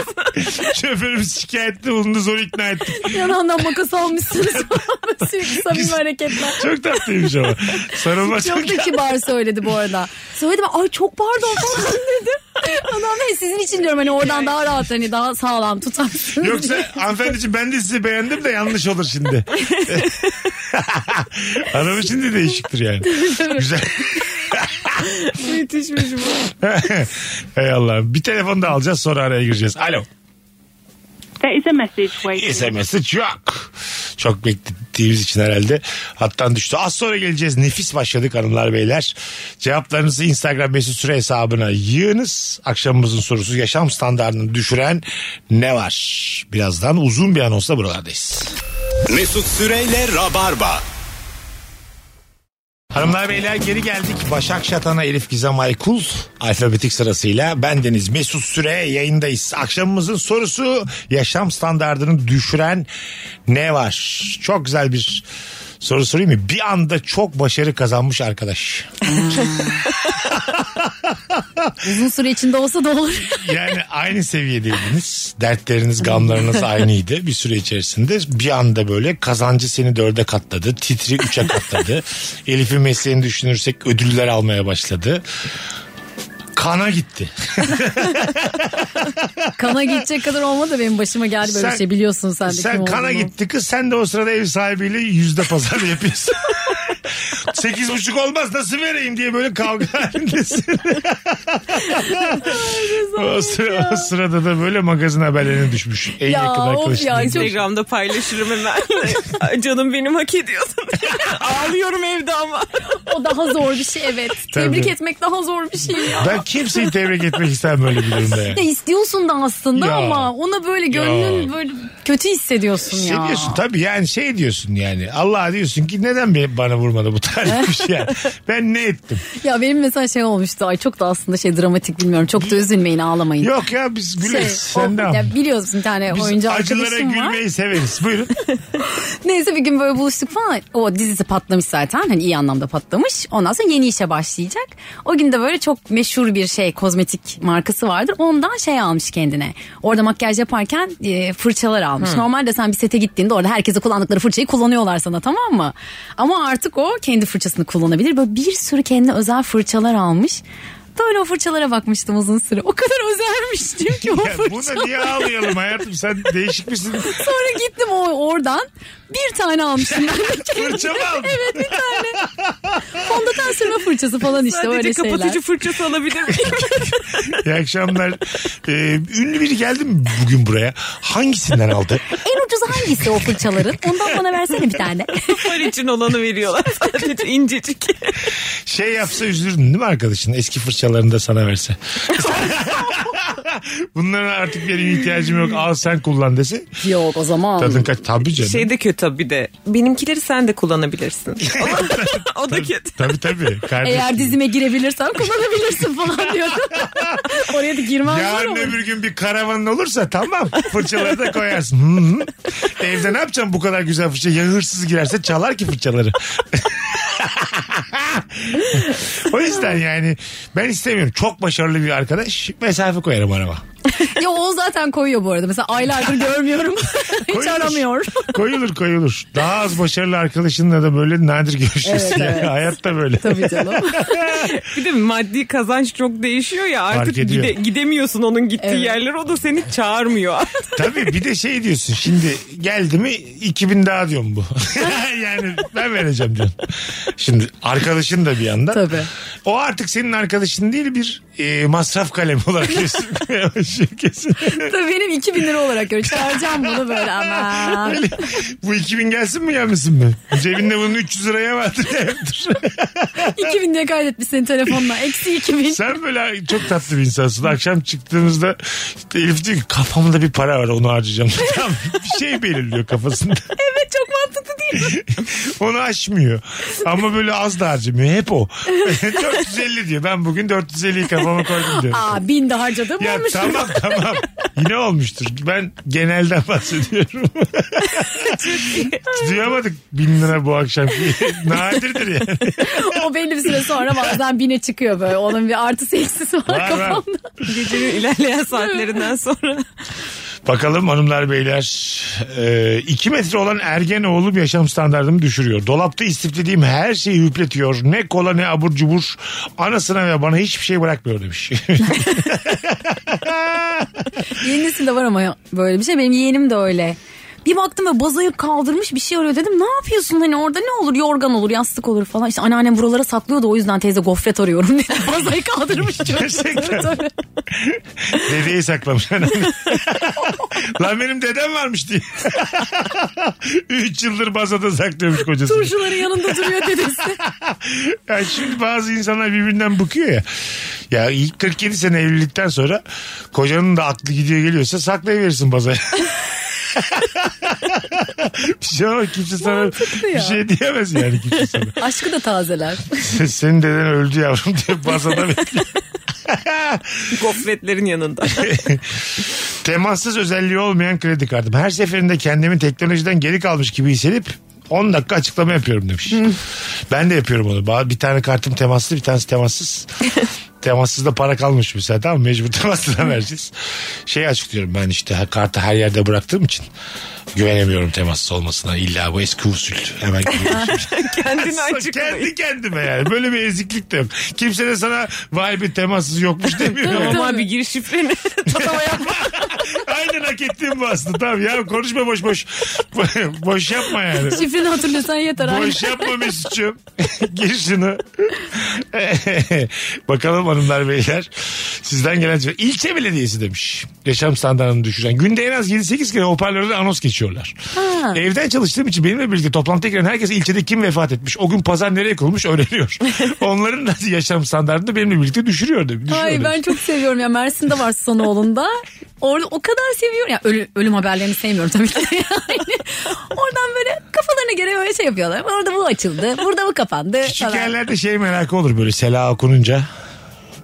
S2: Şoförümüz şikayette bulundu zor ikna ettik.
S3: Yanağından makas almışsınız. Sürekli samimi hareketler.
S2: Çok tatlıymış ama. Sarılma çok,
S3: Çok da kibar söyledi bu arada. Söyledi ben ay çok pardon falan dedim. Adam ben sizin için diyorum hani oradan daha rahat hani daha sağlam tutarsınız.
S2: Yoksa hanımefendiciğim ben de sizi beğendim de yanlış olur şimdi. Adam için de değişiktir yani. Güzel.
S4: Müthişmiş
S3: şey.
S4: bu.
S2: Hay Allah. Bir telefon da alacağız sonra araya gireceğiz. Alo.
S8: There is a message waiting.
S2: SMS çok. Çok bekledik. gittiğimiz için herhalde hattan düştü. Az sonra geleceğiz. Nefis başladık hanımlar beyler. Cevaplarınızı Instagram mesut süre hesabına yığınız. Akşamımızın sorusu yaşam standartını düşüren ne var? Birazdan uzun bir anonsla buralardayız.
S1: Mesut Süreyle Rabarba.
S2: Hanımlar beyler geri geldik. Başak Şatan'a Elif Gizem Aykul alfabetik sırasıyla bendeniz Mesut Süre yayındayız. Akşamımızın sorusu yaşam standartını düşüren ne var? Çok güzel bir soru sorayım mı? Bir anda çok başarı kazanmış arkadaş.
S3: Uzun süre içinde olsa da olur.
S2: Yani aynı seviyedeydiniz. Dertleriniz, gamlarınız aynıydı bir süre içerisinde. Bir anda böyle kazancı seni dörde katladı. Titri üçe katladı. Elif'in mesleğini düşünürsek ödüller almaya başladı. Kana gitti.
S3: Kana gidecek kadar olmadı da benim başıma geldi böyle
S2: Sen-
S3: bir şey biliyorsun sen de. kim
S2: Sen kana
S3: olduğumu.
S2: gitti kız sen de o sırada ev sahibiyle yüzde pazar yapıyorsun. Sekiz buçuk olmaz nasıl vereyim diye böyle kavga halindesin. o, sıra, o sırada da böyle magazin haberlerine düşmüş. En
S3: Ya,
S2: yakın
S3: of
S2: arkadaşın.
S3: ya, çok-
S4: Instagram'da paylaşırım hemen. Ay, Canım benim hak ediyordun. Ağlıyorum evde ama.
S3: O daha zor bir şey evet. Tebrik etmek daha zor bir şey ya.
S2: Ben kimseyi tebrik etmek istemem böyle bir durumda. yani.
S3: Ya istiyorsun da aslında
S2: Ya.
S3: ama ona böyle gönlün böyle kötü hissediyorsun ya.
S2: Seviyorsun tabii yani şey diyorsun yani Allah diyorsun ki neden be- bana vurmadı bu tarihmiş yani ben ne ettim
S3: Ya benim mesela şey olmuştu. Ay çok da aslında şey dramatik bilmiyorum. Çok da üzülmeyin ağlamayın.
S2: yok ya biz
S3: Şey,
S2: güleriz
S3: o-
S2: sen de
S3: ya
S2: ama.
S3: biliyorsun bir tane
S2: biz
S3: oyuncu
S2: acılara
S3: arkadaşım var.
S2: gülmeyi severiz buyurun
S3: Neyse bir gün böyle buluştuk falan. O dizisi patlamış zaten. Hani iyi anlamda patlamış. Ondan sonra yeni işe başlayacak. O gün de böyle çok meşhur bir şey kozmetik markası vardır. Ondan şey almış kendine. Orada makyaj yaparken e, fırçalar almış. Normalde sen bir sete gittiğinde orada herkese kullandıkları fırçayı kullanıyorlar sana tamam mı? Ama artık o kendi fırçasını kullanabilir. Böyle bir sürü kendine özel fırçalar almış. Böyle o fırçalara bakmıştım uzun süre. O kadar özelmiştim ki o
S2: Ya
S3: fırça.
S2: buna niye ağlayalım hayatım sen değişik misin?
S3: Sonra gittim o oradan bir tane almıştım ben de kendime.
S2: Fırça mı aldın?
S3: evet bir tane. Fondöten sürme fırçası falan işte
S4: Sadece
S3: öyle
S4: kapatıcı
S3: şeyler.
S4: fırçası alabilir miyim?
S2: İyi akşamlar. Ee, ünlü biri geldi mi bugün buraya? Hangisinden aldı?
S3: En ucuz hangisi o fırçaların? Ondan bana versene bir tane.
S4: Far için olanı veriyorlar. Sadece incecik.
S2: Şey yapsa üzülürdün değil mi arkadaşın? Eski fırçalarını da sana verse. Bunlara artık benim ihtiyacım yok. Al sen kullan dese.
S3: Yok o zaman.
S2: Tadın kaç. Tabii canım.
S4: Şey de kötü bir de. Benimkileri sen de kullanabilirsin. O da- o da kötü.
S2: Tabii tabii. Kardeşim.
S3: Eğer dizime girebilirsem kullanabilirsin falan diyor. Oraya da girmem var
S2: Yarın
S3: ama.
S2: öbür gün bir karavanın olursa tamam fırçaları da koyarsın. Hı hı. Evde ne yapacağım bu kadar güzel fırça? Ya hırsız girerse çalar ki fırçaları. o yüzden yani ben istemiyorum. Çok başarılı bir arkadaş mesafe koyarım araba.
S3: Ya o zaten koyuyor bu arada. Mesela aylardır görmüyorum. Hiç aramıyor.
S2: Koyulur koyulur. Daha az başarılı arkadaşınla da böyle nadir görüşürsün.
S3: Evet,
S2: yani. Hayatta böyle.
S3: Tabii canım.
S4: Bir de maddi kazanç çok değişiyor ya
S2: Fark
S4: artık
S2: ediyor.
S4: gide- gidemiyorsun onun gittiği
S3: Evet.
S4: yerler o da seni çağırmıyor. artık.
S2: Tabii bir de şey diyorsun şimdi geldi mi 2000 daha diyorum bu. yani ben vereceğim diyorum. Şimdi arkadaşın da bir yandan.
S3: Tabii.
S2: O artık senin arkadaşın değil bir e, masraf kalemi olarak gözükmeye başlıyor kesin.
S3: Tabii benim 2000 lira olarak görüyor. Çağıracağım bunu böyle ama.
S2: Öyle, bu 2000 gelsin mi gelmesin mi? Cebinde bunun 300 liraya vardır.
S3: 2000 diye kaydetmiş senin telefonla. Eksi 2000.
S2: Sen böyle çok tatlı bir insansın. Akşam çıktığımızda işte Elif diyor ki kafamda bir para var onu harcayacağım. Tam bir şey belirliyor kafasında.
S3: Evet çok mantıklı değil.
S2: Onu aşmıyor. Ama böyle az da harcamıyor. Hep o. 450 diyor. Ben bugün 450'yi kafama koydum diyor.
S3: Aa bin de harcadım
S2: Ya
S3: olmuş.
S2: tamam tamam. Yine olmuştur. Ben genelden bahsediyorum. Duyamadık bin lira bu akşam. Nadirdir yani.
S3: o belli bir süre sonra bazen bine çıkıyor böyle. Onun bir artısı eksisi var,
S2: Var, var.
S3: kafamda.
S4: Gecenin ilerleyen saatlerinden sonra.
S2: Bakalım hanımlar beyler. 2 metre olan ergen oğlum yaşam standartımı düşürüyor. Dolapta istiflediğim her şeyi hüpletiyor. Ne kola ne abur cubur. Anasına ve bana hiçbir şey bırakmıyor demiş.
S3: Yeni nesilde var ama ya- böyle bir şey. Benim yeğenim de öyle. Bir baktım ve bazayı kaldırmış bir şey arıyor dedim. Ne yapıyorsun hani orada ne olur yorgan olur yastık olur falan. İşte anneannem buralara saklıyordu o yüzden teyze gofret arıyorum dedi. Bazayı kaldırmış çocuk.
S2: Gerçekten.
S3: Tabii.
S2: Dedeyi saklamış. Lan benim dedem varmış diye. Üç yıldır bazada saklıyormuş kocasını.
S3: Turşuların yanında duruyor dedesi.
S2: Ya şimdi bazı insanlar birbirinden bıkıyor ya. Ya ilk 47 sene evlilikten sonra kocanın da aklı gidiyor geliyorsa saklayıverirsin bazaya. bir şey ama kimse sana
S3: Mantıklı
S2: bir
S3: ya.
S2: şey diyemez yani kimse sana.
S3: Aşkı da tazeler.
S2: Senin deden öldü yavrum diye bazada bekliyor.
S4: Gofretlerin yanında.
S2: Temassız özelliği olmayan kredi kartım. Her seferinde kendimi teknolojiden geri kalmış gibi hissedip 10 dakika açıklama yapıyorum demiş. ben de yapıyorum onu. Ba- Bir tane kartım temaslı bir tanesi temassız. temassız da para kalmış mesela tamam mı? mecbur temaslıdan vereceğiz. Şey açıklıyorum ben işte ha- kartı her yerde bıraktığım için güvenemiyorum temassız olmasına. İlla bu eski usul. Hemen giriyorum.
S4: Kendini
S2: Kendi
S4: açıklayın.
S2: kendime yani. Böyle bir eziklik de yok. Kimse de sana vay bir temassız yokmuş demiyor. yani.
S4: Normal bir gir şifreni. Tatava yapma.
S2: Aynen hak ettiğim bu aslında. Tamam ya konuşma boş boş. boş yapma yani.
S3: Şifreni hatırlıyorsan yeter. abi.
S2: Boş yapma Mesut'cum. Gir şunu. Bakalım hanımlar beyler. Sizden gelen cevap. İlçe belediyesi demiş. Yaşam standartını düşüren. Günde en az 7-8 kere hoparlörde anons geçiyorlar. Evden çalıştığım için benimle birlikte toplantıya giren herkes ilçede kim vefat etmiş. O gün pazar nereye kurulmuş öğreniyor. Onların da yaşam standartını benimle birlikte düşürüyor demiş. Düşüyor
S3: Ay
S2: demiş.
S3: ben çok seviyorum ya Mersin'de var Susanoğlu'nda. Orada o kadar seviyorum. Ya ölü- ölüm haberlerini sevmiyorum tabii ki. Yani oradan böyle kafalarına göre böyle şey yapıyorlar. Orada bu açıldı. Burada bu kapandı.
S2: Küçük
S3: falan.
S2: yerlerde şey merakı olur böyle sela okununca.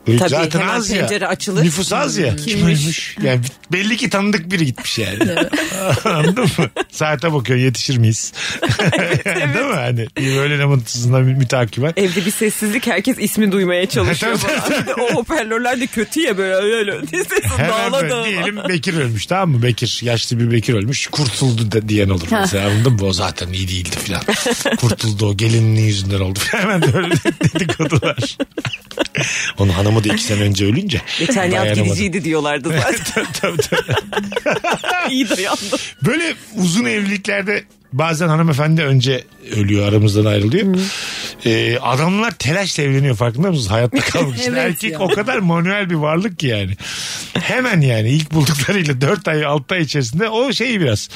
S2: Böyle
S4: Tabii,
S2: zaten
S4: hemen
S2: az ya.
S4: pencere açılır.
S2: Nüfus az ya.
S4: Kimmiş?
S2: Kimmiş? Yani belli ki tanıdık biri gitmiş yani. Anladın mı? Saate bakıyor yetişir miyiz? Değil mi? Hani böyle ne mutsuzluğuna mü- mütakiben.
S4: Evde bir sessizlik herkes ismi duymaya çalışıyor
S2: Tabii,
S4: falan. Bir de o hoparlörler de kötü ya böyle öyle öyle. Sesi
S2: Hemen
S4: dağla
S2: böyle
S4: dağla.
S2: diyelim Bekir ölmüş tamam mı? Bekir yaşlı bir Bekir ölmüş kurtuldu da diyen olur mesela anladın mı? O zaten iyi değildi filan. kurtuldu o gelinliği yüzünden oldu. Hemen de öyle dedikodular. Onun hanımı da iki sene önce ölünce.
S4: Geçen yaz
S2: dayanamadı.
S4: gidiciydi diyorlardı zaten.
S2: Tabii, tabii.
S4: İyi dayandı.
S2: Böyle uzun evliliklerde bazen hanımefendi önce ölüyor aramızdan ayrılıyor. Ee, adamlar telaşla evleniyor farkında mısınız? Hayatta kalmak için.
S3: Evet
S2: Erkek
S3: ya.
S2: o kadar manuel bir varlık ki yani. Hemen yani ilk bulduklarıyla 4 ay 6 ay içerisinde o şeyi biraz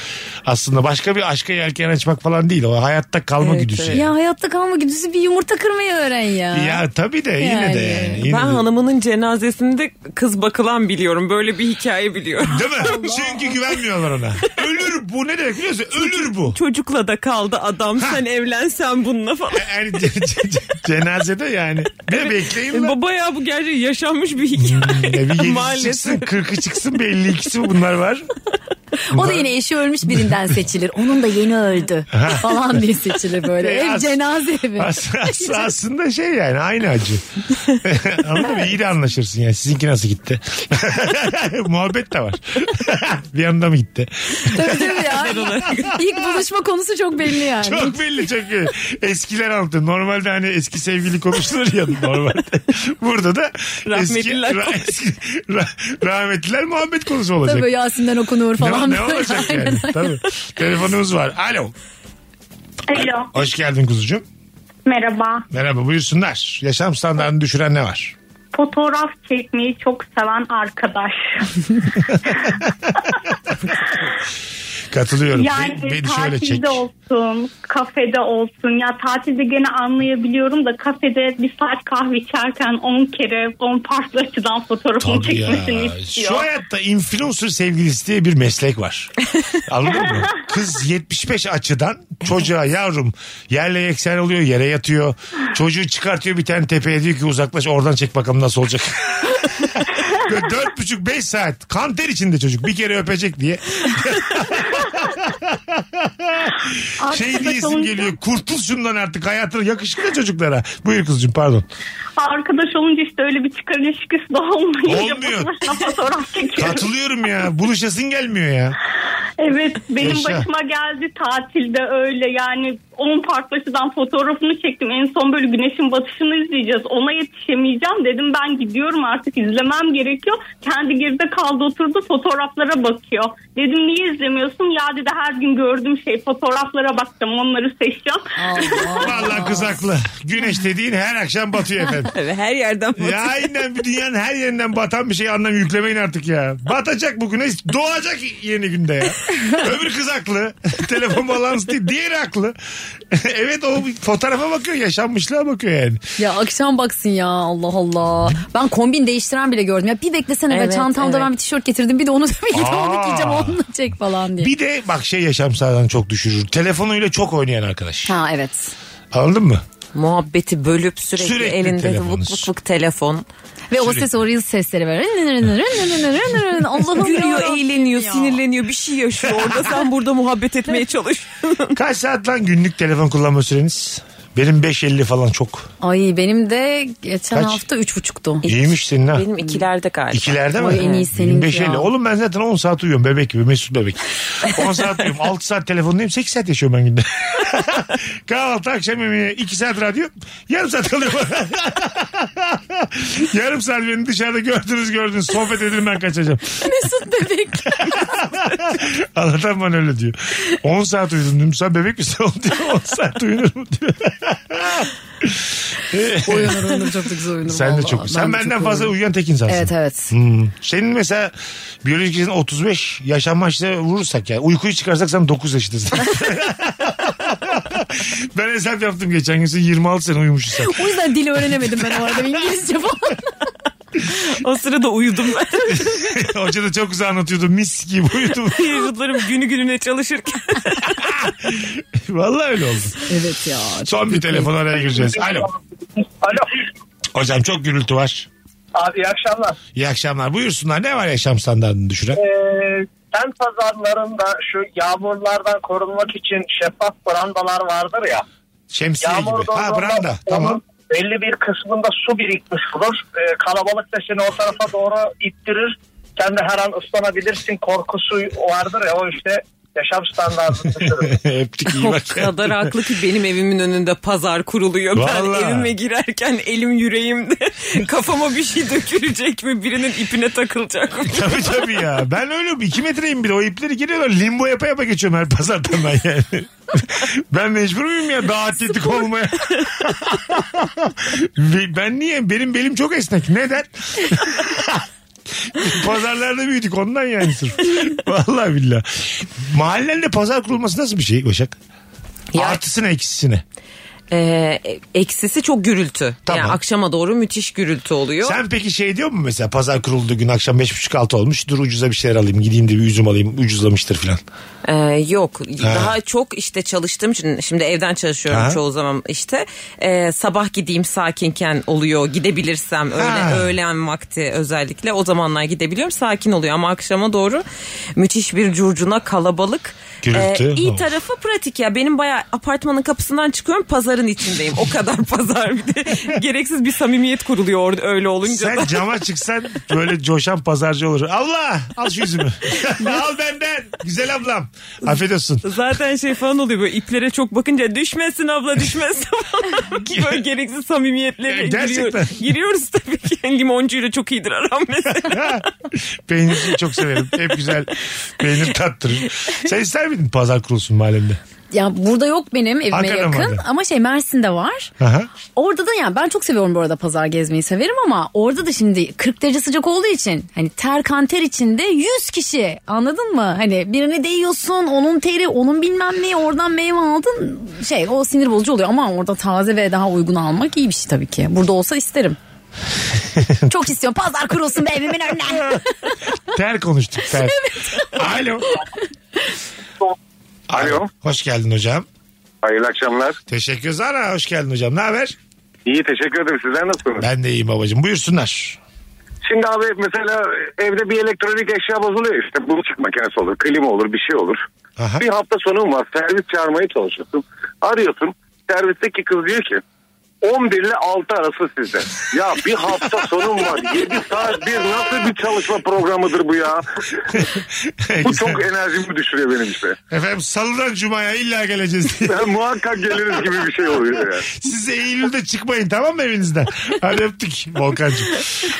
S2: aslında başka bir aşka yelken açmak falan değil. O hayatta kalma güdüsü. yani.
S3: Ya hayatta kalma güdüsü bir yumurta kırmayı öğren ya.
S2: Ya tabii de yine de
S3: Yani.
S2: yani. Yine
S4: ben
S2: de.
S4: hanımının cenazesinde kız bakılan biliyorum. Böyle bir hikaye biliyorum.
S2: Değil mi? Çünkü güvenmiyorlar ona. Ölür bu ne demek biliyor musun? Ölür bu.
S4: Çocukla da kaldı adam sen evlensen bununla falan.
S2: Yani ce- ce- ce- cenazede yani. Bir de
S3: E,
S2: bekleyin lan.
S4: E, Baba ya bu gerçek yaşanmış bir hikaye.
S2: Ya bir yedisi
S4: Maalesef.
S2: çıksın, kırkı çıksın, bir elli ikisi mi bunlar var?
S3: O da yine eşi ölmüş birinden seçilir. Onun da yeni öldü falan diye seçilir böyle.
S2: E,
S3: Ev
S2: as-
S3: cenaze evi.
S2: As- as- aslında şey yani aynı acı. Anladın mı? İyi de anlaşırsın yani. Sizinki nasıl gitti? Muhabbet de var. bir anda mı gitti?
S3: Tabii tabii ya. İlk buluşma konusu çok belli yani.
S2: Çok belli çok belli. Eskiler anlatıyor. Normalde hani eski sevgili konuşulur ya normalde. Burada da
S4: Rahmetliler
S2: eski, ra- eski, ra- rahmetliler muhabbet konusu olacak.
S3: Tabii Yasin'den okunur falan.
S2: ne, ne
S3: böyle.
S2: olacak
S3: Aynen.
S2: yani? Tabii. Telefonumuz var. Alo.
S6: Alo.
S2: Hoş geldin kuzucuğum.
S6: Merhaba.
S2: Merhaba buyursunlar. Yaşam standartını düşüren ne var?
S6: Fotoğraf çekmeyi çok seven arkadaş.
S2: Katılıyorum.
S6: Yani e,
S2: Be- beni şöyle
S6: tatilde
S2: çek.
S6: olsun, kafede olsun. Ya tatilde gene anlayabiliyorum da kafede bir saat kahve içerken 10 kere 10 farklı açıdan fotoğrafını
S2: Tabii ya.
S6: çekmesini istiyor.
S2: Şu hayatta influencer sevgilisi diye bir meslek var. Anladın mı? Kız 75 açıdan çocuğa yavrum yerle yeksen oluyor yere yatıyor. Çocuğu çıkartıyor bir tane tepeye diyor ki uzaklaş oradan çek bakalım nasıl olacak. Böyle Dört buçuk beş saat kan ter içinde çocuk bir kere öpecek diye
S6: Artık
S2: şey
S6: da
S2: diyesim
S6: sonuçta-
S2: geliyor kurtul şundan artık hayatına yakışıklı çocuklara buyur kızcığım pardon
S6: Arkadaş olunca işte öyle bir çıkar ilişkisi de olmuyor.
S2: Olmuyor.
S6: fotoğraf çekiyorum.
S2: Katılıyorum ya. Buluşasın gelmiyor ya.
S6: Evet benim
S2: Yaşa.
S6: başıma geldi tatilde öyle yani 10 parklı açıdan fotoğrafını çektim. En son böyle güneşin batışını izleyeceğiz. Ona yetişemeyeceğim dedim ben gidiyorum artık izlemem gerekiyor. Kendi geride kaldı oturdu fotoğraflara bakıyor. Dedim niye izlemiyorsun? Ya dedi her gün gördüğüm şey fotoğraflara bakacağım onları seçeceğim.
S2: Vallahi kızaklı. Güneş dediğin her akşam batıyor efendim.
S4: Evet, her yerden
S2: Ya
S4: batıyor.
S2: aynen bir dünyanın her yerinden batan bir şey anlam yüklemeyin artık ya. Batacak bu güneş doğacak yeni günde ya. Öbür kız haklı. Telefon balansı değil. Diğeri haklı. evet o bir fotoğrafa bakıyor. Yaşanmışlığa bakıyor yani.
S3: Ya akşam baksın ya Allah Allah. Ben kombin değiştiren bile gördüm. Ya bir beklesene
S4: Evet,
S3: be çantamda
S4: evet.
S3: ben bir tişört getirdim. Bir de onu bir de
S2: Aa.
S3: onu dikeceğim onunla çek falan diye.
S2: Bir de bak şey yaşam sahadan çok düşürür. Telefonuyla çok oynayan arkadaş.
S3: Ha evet.
S2: Anladın mı?
S4: Muhabbeti bölüp sürekli,
S2: Sürekli
S4: elinde
S2: telefonuz.
S4: vık vık vık telefon.
S3: Ve o ses o reels sesleri böyle. Allah'ım
S4: Gülüyor,
S3: yarabbim
S4: eğleniyor,
S3: ya.
S4: sinirleniyor, bir şey yaşıyor. Orada sen burada muhabbet etmeye çalışıyorsun.
S2: Kaç saat lan günlük telefon kullanma süreniz? Benim 5.50 falan çok.
S3: Ay benim de geçen
S2: Kaç?
S3: hafta üç buçuktu.
S2: İyiymiş senin ha.
S4: Benim ikilerde galiba.
S2: İkilerde mi?
S3: Oy, en iyi seninki
S2: 25
S3: ya.
S2: Oğlum ben zaten 10 saat uyuyorum bebek gibi mesut bebek. 10 saat uyuyorum 6 saat telefondayım 8 saat yaşıyorum ben günde. Kahvaltı akşam yemeği 2 saat radyo yarım saat kalıyorum. yarım saat beni dışarıda gördünüz gördünüz sohbet edelim ben kaçacağım.
S3: Mesut bebek.
S2: Anlatan bana öyle diyor. 10 saat uyudum dedim sen bebek misin oğlum diyor 10 saat uyunurum diyor.
S3: Oyunur oyunur çok da güzel oyunur.
S2: Sen de
S3: vallahi.
S2: çok. Sen
S3: Ben de
S2: benden
S3: çok
S2: fazla
S3: oynurum.
S2: uyuyan tek insansın.
S3: Evet evet.
S2: Hmm. Senin mesela biyolojik yaşın 35 yaşam yaşına vurursak ya uykuyu çıkarsak sen 9 yaşındasın. ben hesap yaptım geçen gün sen 26 sene uyumuşsun sen.
S3: O yüzden dil öğrenemedim ben o arada İngilizce falan.
S4: O sırada uyudum ben.
S2: Hoca da çok güzel anlatıyordu mis gibi uyudum.
S4: Vücutlarım günü gününe çalışırken.
S2: Vallahi öyle oldu.
S3: evet ya.
S2: Son bir telefon araya gireceğiz. Alo.
S8: Alo.
S2: Hocam çok gürültü var.
S8: Abi iyi akşamlar.
S2: İyi akşamlar. Buyursunlar ne var yaşam standartını düşüren?
S8: Ee, sen pazarlarında şu yağmurlardan korunmak için şeffaf brandalar vardır ya.
S2: Şemsiye
S8: Yağmur
S2: Şey gibi. Ha
S8: doğduğunda
S2: branda.
S8: onun
S2: Tamam.
S8: Belli bir kısmında su birikmiş olur. Ee, kalabalık da seni o tarafa doğru ittirir. Sen de her an ıslanabilirsin korkusu vardır ya o işte yaşam standartını düşürür.
S2: Öptük iyi
S4: O
S2: bak.
S4: kadar haklı ki benim evimin önünde pazar kuruluyor.
S2: Vallahi.
S4: Ben evime girerken elim yüreğimde kafama bir şey dökülecek mi? Birinin ipine takılacak mı?
S2: tabii tabii ya. Ben öyle 2 metreyim bir de. O ipleri giriyorlar. Limbo yapa yapa geçiyorum her pazardan ben yani. ben mecbur muyum ya daha atletik olmaya? Ve ben niye? Benim belim çok esnek. Neden? Pazarlarda büyüdük ondan yani sırf. Vallahi billah. Mahallende pazar kurulması nasıl bir şey Başak?
S4: Ya-
S2: Artısına eksisine.
S4: Ee, eksisi çok gürültü.
S2: Tamam.
S4: Yani akşama doğru müthiş gürültü oluyor.
S2: Sen peki şey diyor mu mesela pazar kurulduğu gün akşam 5.30-6 olmuş dur ucuza bir şeyler alayım gideyim de bir üzüm alayım ucuzlamıştır filan.
S4: Ee, yok daha çok işte çalıştığım için şimdi evden çalışıyorum
S2: Ha.
S4: çoğu zaman işte Ee, sabah gideyim sakinken oluyor gidebilirsem öyle
S2: Ha.
S4: öğlen vakti özellikle o zamanlar gidebiliyorum sakin oluyor ama akşama doğru müthiş bir curcuna kalabalık Ee,
S2: Gürültü.
S4: iyi
S2: Of.
S4: tarafı pratik ya benim bayağı apartmanın kapısından çıkıyorum pazarın içindeyim o kadar pazar bir de gereksiz bir samimiyet kuruluyor orada öyle olunca da.
S2: Sen cama çıksan böyle coşan pazarcı olur. Allah al şu yüzümü. al benden. Güzel ablam. Afiyet olsun.
S4: Zaten şey falan oluyor böyle iplere çok bakınca düşmesin abla düşmesin falan. böyle gereksiz samimiyetlere
S2: Ya gerçekten.
S4: giriyor, giriyoruz tabii ki. Limoncuyla çok iyidir aram mesela.
S2: Peynirciyi çok severim. Hep güzel peynir tattırır. Sen ister miydin pazar kurulsun mahallende?
S3: Ya burada yok benim evime
S2: Ankara'da mı
S3: yakın
S2: vardı?
S3: ama şey Mersin'de var.
S2: Aha.
S3: Orada da yani ben çok seviyorum bu arada pazar gezmeyi severim ama orada da şimdi 40 derece sıcak olduğu için hani ter kanter içinde 100 kişi anladın mı? Hani birine değiyorsun onun teri onun bilmem neyi oradan meyve aldın şey o sinir bozucu oluyor ama orada taze ve daha uygun almak iyi bir şey tabii ki. Burada olsa isterim. çok istiyorum pazar kurulsun be evimin önüne.
S2: Ter konuştuk ter. Alo.
S7: Alo.
S2: Hoş geldin hocam.
S7: Hayırlı akşamlar.
S2: Teşekkür sana. Hoş geldin hocam. Ne haber?
S7: İyi teşekkür ederim. Sizler nasılsınız?
S2: Ben de iyiyim babacığım. Buyursunlar.
S7: Şimdi abi mesela evde bir elektronik eşya bozuluyor işte. Bulaşık makinesi olur, klima olur, bir şey olur.
S2: Aha.
S7: Bir hafta sonu var. Servis çağırmaya çalışıyorsun. Arıyorsun. Servisteki kız diyor ki 11 ile 6 arası sizde. Ya bir hafta sonum var. 7 saat bir nasıl bir çalışma programıdır bu ya? Bu çok enerjimi düşürüyor benim işte.
S2: Efendim salıdan cumaya illa geleceğiz diye.
S7: Yani muhakkak geliriz gibi bir şey oluyor ya.
S2: Siz Eylül'de çıkmayın tamam mı evinizden? Hadi öptük Volkan'cığım.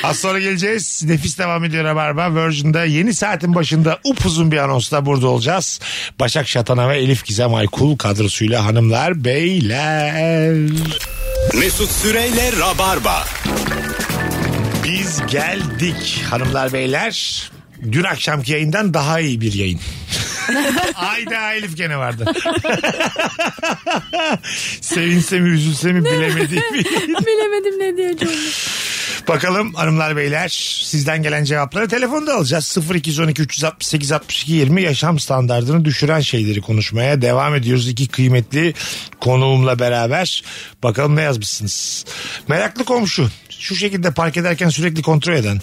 S2: Az sonra geleceğiz. Nefis devam ediyor Rabarba. Virgin'de yeni saatin başında upuzun bir anonsla burada olacağız. Başak Şatana ve Elif Gizem Aykul kadrosuyla hanımlar beyler.
S1: Mesut Süreyle Rabarba.
S2: Biz geldik hanımlar beyler. Dün akşamki yayından daha iyi bir yayın. Ayda Elif gene vardı. Sevinse mi üzülse mi bilemediğim bir
S3: Bilemedim ne diyeceğim.
S2: Bakalım hanımlar beyler sizden gelen cevapları telefonda alacağız. 0212 368 62 20 yaşam standartını düşüren şeyleri konuşmaya devam ediyoruz. İki kıymetli konuğumla beraber bakalım ne yazmışsınız. Meraklı komşu şu şekilde park ederken sürekli kontrol eden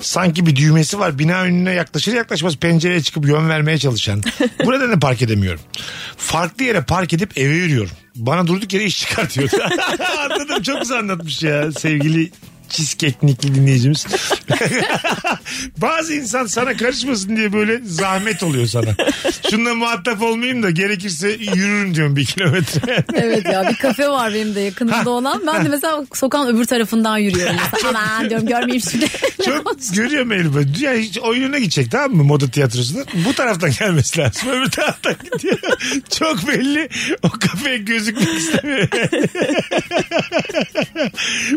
S2: sanki bir düğmesi var bina önüne yaklaşır yaklaşmaz pencereye çıkıp yön vermeye çalışan. Bu nedenle park edemiyorum. Farklı yere park edip eve yürüyorum. Bana durduk yere iş çıkartıyor. Anladım çok güzel anlatmış ya sevgili cheesecake'nikli dinleyicimiz. Bazı insan sana karışmasın diye böyle zahmet oluyor sana. Şununla muhatap olmayayım da gerekirse yürürüm diyorum bir kilometre.
S3: Evet ya bir kafe var benim de yakınımda olan. Ben de mesela sokağın öbür tarafından yürüyorum. Mesela. Aman diyorum görmeyeyim şimdi.
S2: Çok görüyorum Elif'i. Ya hiç oyununa gidecek tamam mı moda tiyatrosuna? Bu taraftan gelmesi lazım. Öbür taraftan gidiyor. Çok belli. O kafeye gözükmek istemiyor.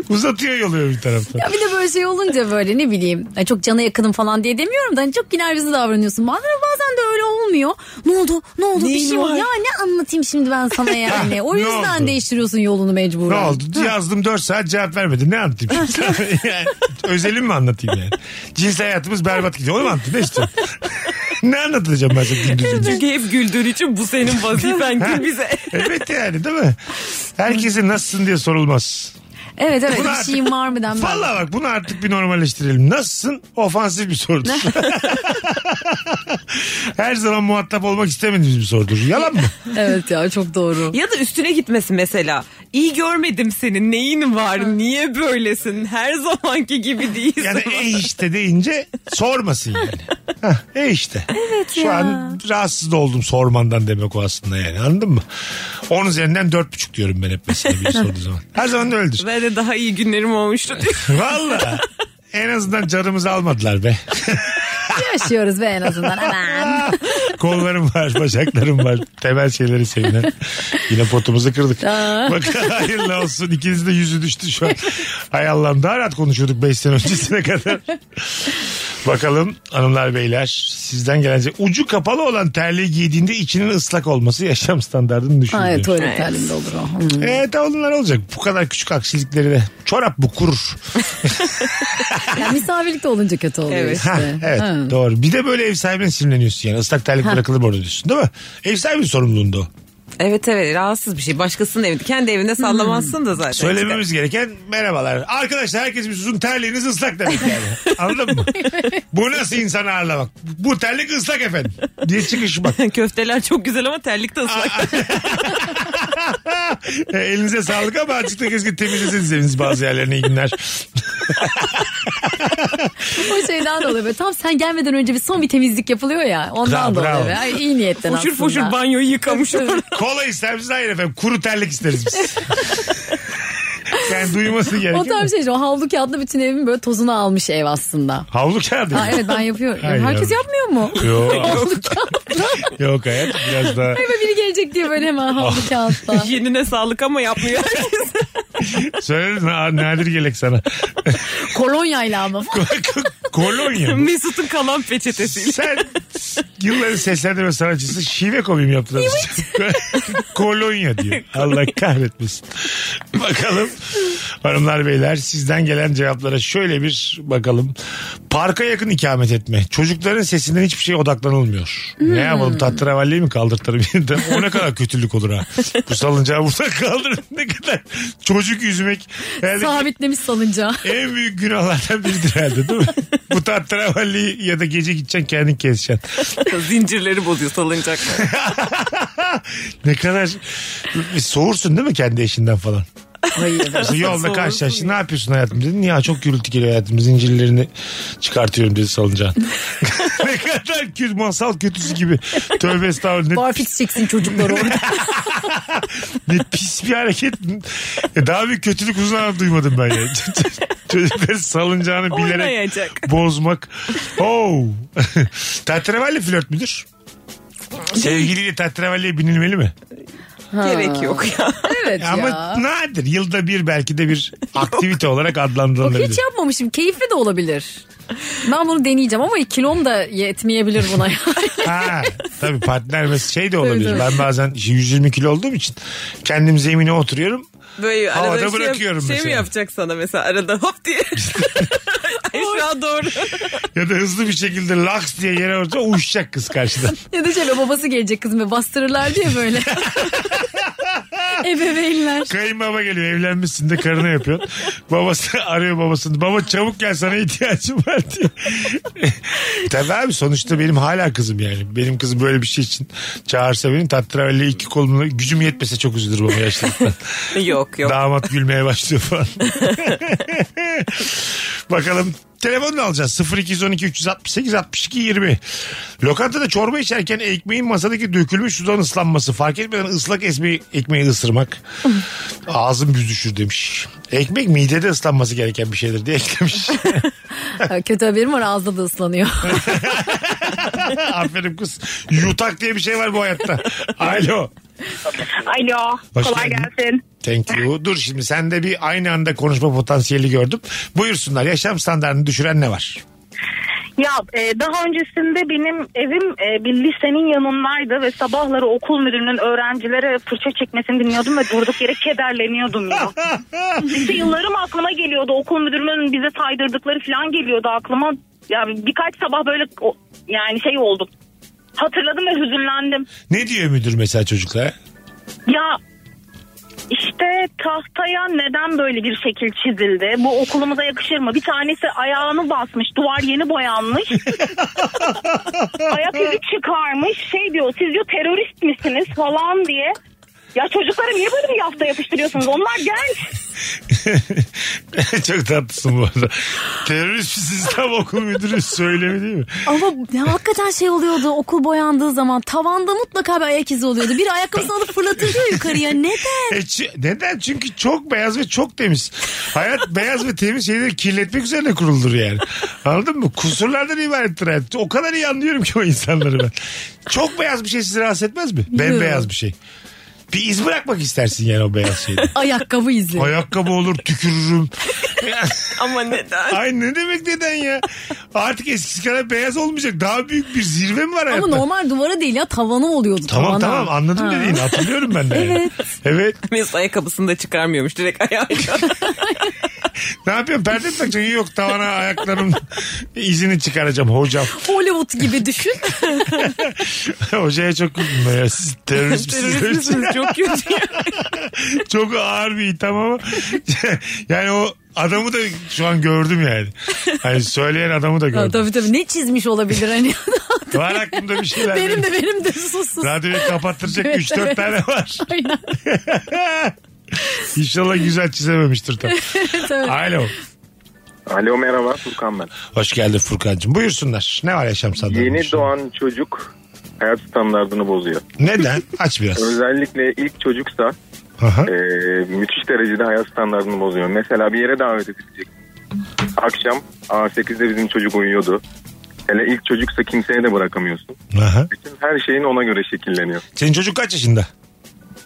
S2: Uzatıyor yolu öbür taraftan.
S3: Ya bir de böyle şey olunca böyle ne bileyim yani çok cana yakınım falan diye demiyorum da hani çok ginerbizi davranıyorsun. Bazen, bazen de öyle olmuyor. Ne oldu? Ne oldu? bir
S4: Neyin
S3: şey oldu.
S4: var?
S3: Ya ne anlatayım şimdi ben sana yani. O
S2: Ne
S3: yüzden
S2: oldu?
S3: değiştiriyorsun yolunu
S2: Ne
S3: mecburen.
S2: oldu? Yazdım 4 saat cevap vermedi. Ne anlatayım? şimdi? yani, özelim mi anlatayım yani? Cinsel hayatımız berbat gidiyor. Onu mu anlatayım? Ne istiyorsun? ne anlatacağım ben sana dümdüz ince?
S4: Çünkü hep güldüğün için bu senin vazifen gül bize.
S2: Evet yani değil mi? Herkese nasılsın diye sorulmaz.
S3: Evet evet
S2: Bunu
S3: bir
S2: artık-
S3: şeyim var mı denmez.
S2: Valla bak bunu artık bir normalleştirelim. Nasılsın? Ofansif bir sorudur. Her zaman muhatap olmak istemediğimiz bir sorudur. Yalan mı?
S3: Evet ya çok doğru.
S4: Ya da üstüne gitmesi mesela. İyi görmedim senin neyin var niye böylesin her zamanki gibi değilsin.
S2: Yani e işte deyince sormasın yani. Hah, e işte. Şu an rahatsız da oldum sormandan demek o aslında yani anladın mı? Onun üzerinden dört buçuk diyorum ben hep mesela bir sorduğu zaman. Her zaman da öyledir.
S4: Ve de daha iyi günlerim olmuştu diyor.
S2: Valla en azından canımızı almadılar be.
S3: Yaşıyoruz be en azından. Aman.
S2: Kollarım var, bacaklarım var. Temel şeyleri sevinen. Yine potumuzu kırdık. Bakın hayırlı olsun. İkiniz de yüzü düştü şu an. Hay Allah'ım daha rahat konuşuyorduk 5 sene öncesine kadar. Bakalım hanımlar beyler sizden gelecek. Ucu kapalı olan terliği giydiğinde içinin ıslak olması yaşam standartını düşürüyor.
S3: Ha, evet tuvalet halinde olur o. Hmm.
S2: Evet onlar olacak. Bu kadar küçük aksilikleri de. Çorap bu kurur.
S3: Yani misafirlikte olunca kötü oluyor
S4: Evet.
S3: işte.
S2: Ha, evet
S3: Ha.
S2: doğru. Bir de böyle ev sahibine sinirleniyorsun yani. Islak terlik bırakılır mı orada diyorsun değil mi? Ev sahibinin sorumluluğunda o.
S4: Evet evet rahatsız bir şey. Başkasının evinde. Kendi evinde sallamazsın da zaten.
S2: Söylememiz gereken merhabalar. Arkadaşlar herkes bir susun terliğiniz ıslak demek yani. Anladın mı? Bu nasıl insan ağırlamak? Bu terlik ıslak efendim. Diye çıkış bak.
S4: İşte. Köfteler çok güzel ama terlikte ıslak.
S2: E, Elinize sağlık ama açıkta keşke temizlesiniz eviniz bazı yerlerini iyi günler.
S3: O şeyden dolayı böyle tam sen gelmeden önce bir son bir temizlik yapılıyor ya.
S2: Bravo,
S3: Ondan dolayı.
S2: bravo.
S3: böyle. Ay, iyi niyetten
S4: Foşur
S3: aslında.
S4: foşur banyoyu yıkamış orada.
S2: Kola ister misiniz? Hayır efendim. Kuru terlik isteriz biz. yani duyması
S3: O
S2: gerekiyor.
S3: tarz şey işte, o havlu kağıtla bütün evin böyle tozunu almış ev aslında.
S2: Havlu kağıdı.
S3: Ha, evet ben yapıyorum.
S2: Hayır,
S3: Herkes
S2: abi.
S3: yapmıyor mu?
S2: Yok,
S3: Havlu kağıtla.
S2: yok hayat biraz daha.
S3: Hemen biri gelecek diye böyle hemen
S2: Ah.
S3: havlu kağıtla.
S4: Yenine sağlık ama yapmıyor.
S2: Söyledin ha, nadir gelek sana.
S3: Kolonyayla ama.
S2: Kolonya mı?
S4: Mesut'un kalan peçetesiyle.
S2: Sen yılların seslendirme sanatçısı şive komim yaptılar. Kolonya diyor. Allah kahretmesin. Bakalım hanımlar beyler sizden gelen cevaplara şöyle bir bakalım. Parka yakın ikamet etme. Çocukların sesinden hiçbir şeye odaklanılmıyor. Ne yapalım tatravalliyi mi kaldırtırım yeniden? O ne kadar kötülük olur ha. Bu salıncağı burada kaldırın ne kadar çocuk üzmek. Herhalde
S3: Sabitlemiş salıncağı.
S2: en büyük günahlardan biridir herhalde değil mi? Bu tatravalliyi ya da gece gideceksin kendin keseceksin.
S4: Zincirleri bozuyor salıncaklar.
S2: ne kadar soğursun değil mi kendi eşinden falan?
S3: Hayır.
S2: Mesela yolda karşılaştın ne yapıyorsun hayatım dedin. Ya çok gürültü geliyor hayatım zincirlerini çıkartıyorum dedi salıncağın. ne kadar kötü masal kötüsü gibi. Tövbe estağfurullah.
S3: Barfix çeksin çocuklar orada.
S2: Ne, ne pis bir hareket. Ya Daha bir kötülük uzun zaman duymadım ben ya. Çocukları salıncağını bilerek
S4: Oynayacak.
S2: bozmak. Oh. Tatrevalli flört müdür? Sevgiliyle tatrevalliye binilmeli mi?
S4: Gerek yok ya.
S3: Evet ya.
S2: Ama nadir. Yılda bir belki de bir aktivite olarak
S3: Yok,
S2: adlandırılabilir.
S3: hiç yapmamışım. Keyifli de olabilir. Ben bunu deneyeceğim ama kilom da yetmeyebilir buna.
S2: Ha, tabii partner mesela şey de olabilir.
S3: Tabii,
S2: Ben bazen 120 kilo olduğum için kendim zemine oturuyorum.
S4: Böyle
S2: Havada
S4: arada bir şey,
S2: bırakıyorum
S4: şey
S2: mesela.
S4: mi yapacak sana mesela arada hop diye. Aşağı doğru.
S2: Ya da hızlı bir şekilde laks diye yere otursa uyuşacak kız karşıdan.
S3: ya da şöyle babası gelecek kızım ve bastırırlar diye böyle. Ebeveynler.
S2: Kayınbaba geliyor evlenmişsin de karına yapıyor. Babası arıyor babasını. Baba çabuk gel sana ihtiyacım var diye. E, Tabii abi sonuçta benim hala kızım yani. Benim kızım böyle bir şey için çağırsa beni tatlıravelli iki kolumla gücüm yetmese çok üzülür baba yaşlılıktan.
S4: yok yok.
S2: Damat gülmeye başlıyor falan. Bakalım telefonla alacağız. 0212 368 62 20. Lokantada çorba içerken ekmeğin masadaki dökülmüş sudan ıslanması. Fark etmeden ıslak esmeği, ekmeği ısırmak. Ağzım büzüşür demiş. Ekmek midede ıslanması gereken bir şeydir diye eklemiş.
S3: Ha, Kötü haberim var ağızda da ıslanıyor.
S2: Aferin kız. Yutak diye bir şey var bu hayatta. Alo.
S6: Alo.
S2: Hoş
S6: kolay
S2: geldin.
S6: gelsin.
S2: Thank you. Dur şimdi sen de bir aynı anda konuşma potansiyeli gördüm. Buyursunlar. Yaşam standartını düşüren ne var?
S6: Ya e, daha öncesinde benim evim e, bir lisenin yanındaydı ve sabahları okul müdürünün öğrencilere fırça çekmesini dinliyordum ve durduk yere kederleniyordum ya. Lise yıllarım aklıma geliyordu. Okul müdürünün bize saydırdıkları falan geliyordu aklıma. Ya birkaç sabah böyle o- yani şey oldum. Hatırladım ve hüzünlendim.
S2: Ne diyor müdür mesela çocuklara?
S6: Ya işte tahtaya neden böyle bir şekil çizildi? Bu okulumuza yakışır mı? Bir tanesi ayağını basmış. Duvar yeni boyanmış. Ayak izi çıkarmış. Şey diyor siz diyor terörist misiniz falan diye. Ya çocuklara niye böyle bir yafta yapıştırıyorsunuz? Onlar genç.
S2: Çok tatlısın bu arada. Terörist misiniz tam okul müdürü söylemi değil mi?
S3: Ama ya hakikaten şey oluyordu okul boyandığı zaman tavanda mutlaka bir ayak izi oluyordu. Bir ayakkabısını alıp fırlatırdı ya yukarıya. Neden?
S2: E, çi- neden? Çünkü çok beyaz ve çok temiz. Hayat beyaz ve temiz şeyleri kirletmek üzerine kuruldur yani. Anladın mı? Kusurlardan ibarettir hayat. O kadar iyi anlıyorum ki o insanları ben. Çok beyaz bir şey sizi rahatsız etmez mi? Bembeyaz bir şey. Bir iz bırakmak istersin yani o beyaz şeyde.
S3: Ayakkabı izi.
S2: Ayakkabı olur tükürürüm.
S4: Ama neden?
S2: Ay ne demek neden ya? Artık eskisi kadar beyaz olmayacak. Daha büyük bir zirve mi var hayatta?
S3: Ama normal duvara değil ya tavana oluyordu.
S2: Tamam
S3: tavana.
S2: tamam anladım
S3: Ha.
S2: dediğini hatırlıyorum ben de.
S3: Evet.
S2: Evet.
S4: Mesela ayakkabısını da çıkarmıyormuş direkt ayağıyla.
S2: Ne yapıyorsun perde mi takacaksın? Yok tavana ayaklarım izini çıkaracağım hocam.
S3: Hollywood gibi düşün.
S2: Hocaya çok kızdım ben ya. Siz terörist misiniz?
S4: Terörist misiniz? Çok kötü. ya.
S2: Çok ağır bir itham ama yani o adamı da şu an gördüm yani. Hani söyleyen adamı da
S3: Ha,
S2: gördüm.
S3: tabii tabii ne çizmiş olabilir hani.
S2: Var aklımda bir şeyler.
S3: benim de benim de sus sus.
S2: Radyoyu kapattıracak
S3: Evet,
S2: 3-4
S3: evet.
S2: tane var.
S3: Aynen.
S2: İnşallah güzel çizememiştir tam.
S3: evet.
S2: Alo.
S7: Alo merhaba Furkan ben.
S2: Hoş geldin Furkan'cığım. Buyursunlar. Ne var yaşam standartı?
S7: Yeni doğan çocuk hayat standartını bozuyor.
S2: Neden? Aç biraz.
S7: Özellikle ilk çocuksa
S2: Aha.
S7: e, müthiş derecede hayat standartını bozuyor. Mesela bir yere davet edilecek. Akşam A8'de bizim çocuk uyuyordu. Hele ilk çocuksa kimseye de bırakamıyorsun.
S2: Aha.
S7: Bütün her şeyin ona göre şekilleniyor.
S2: Senin çocuk kaç yaşında?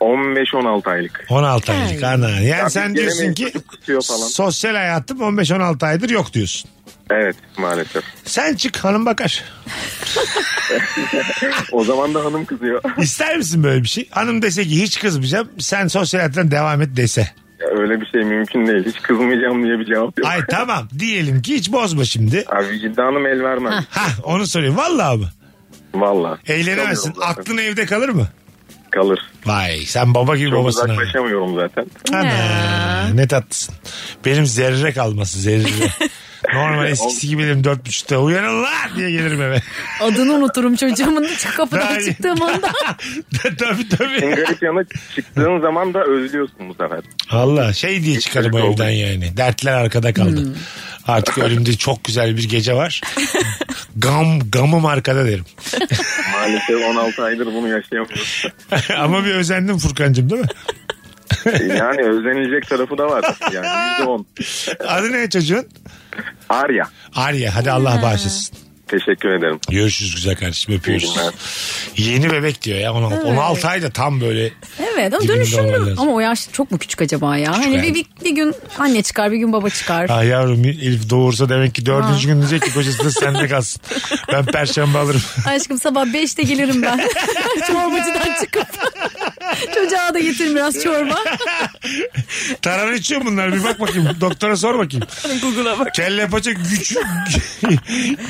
S7: 15-16 aylık.
S2: 16 aylık ana. Yani
S7: Ya
S2: sen
S7: biz
S2: diyorsun
S7: gelemeyiz,
S2: ki
S7: çocuk kusuyor falan.
S2: sosyal hayatım 15-16 aydır yok diyorsun.
S7: Evet maalesef.
S2: Sen çık hanım bakar.
S7: O zaman da hanım kızıyor.
S2: İster misin böyle bir şey? Hanım dese ki hiç kızmayacağım. Sen sosyal hayattan devam et dese.
S7: Ya öyle bir şey mümkün değil. Hiç kızmayacağım diye bir cevap yok.
S2: Ay tamam diyelim ki hiç bozma şimdi.
S7: Abi vicdanım el vermez.
S2: Ha onu soruyorum. Vallahi mı?
S7: Valla.
S2: Eğlenemezsin.
S7: Kalmıyorum zaten.
S2: Aklın evde kalır mı?
S7: Kalır.
S2: Vay sen baba gibi
S7: Çok
S2: babasına.
S7: uzaklaşamıyorum zaten.
S2: Ana, ne tatlısın. Benim zerre kalması zerre. Normal eskisi gibi benim dört buçukta uyanın lan diye gelirim eve.
S3: Adını unuturum çocuğumun çık
S2: Daha
S3: kapıdan
S2: iyi.
S3: çıktığım anda.
S2: tabii
S9: En
S2: tabii.
S9: garip yanı çıktığın zaman da özlüyorsun bu sefer.
S2: Allah şey diye çıkarım o
S9: Çocuk
S2: evden yani. Dertler arkada kaldı. Artık önümde çok güzel bir gece var. Gam, gamım arkada derim.
S9: Maalesef 16 aydır bunu yaşayamıyoruz.
S2: Ama bir özendim Furkan'cığım değil mi?
S9: Yani özenilecek tarafı da var. Yani %10.
S2: Adı ne çocuğun?
S9: Arya.
S2: Arya hadi Allah bağışlasın.
S9: Teşekkür ederim.
S2: Görüşürüz güzel kardeşim öpüyoruz.
S9: İyi günler.
S2: Yeni bebek diyor ya 16, 16 ay da tam böyle
S3: Evet ama
S2: Dibinde olman
S3: dönüşümlü.
S2: lazım.
S3: Ama o yaş çok mu küçük acaba ya? hani
S2: yani.
S3: bir, bir, bir gün anne çıkar bir gün baba çıkar.
S2: Ah yavrum Elif doğursa demek ki dördüncü gün diyecek ki kocası da sende kalsın. Ben perşembe alırım.
S3: Aşkım sabah 5'te gelirim ben. Çorbacıdan çıkıp. Çocuğa da getir biraz çorba.
S2: Tarar içiyor bunlar bir bak bakayım. Doktora sor bakayım.
S4: Google'a bak.
S2: Kelle paça güç,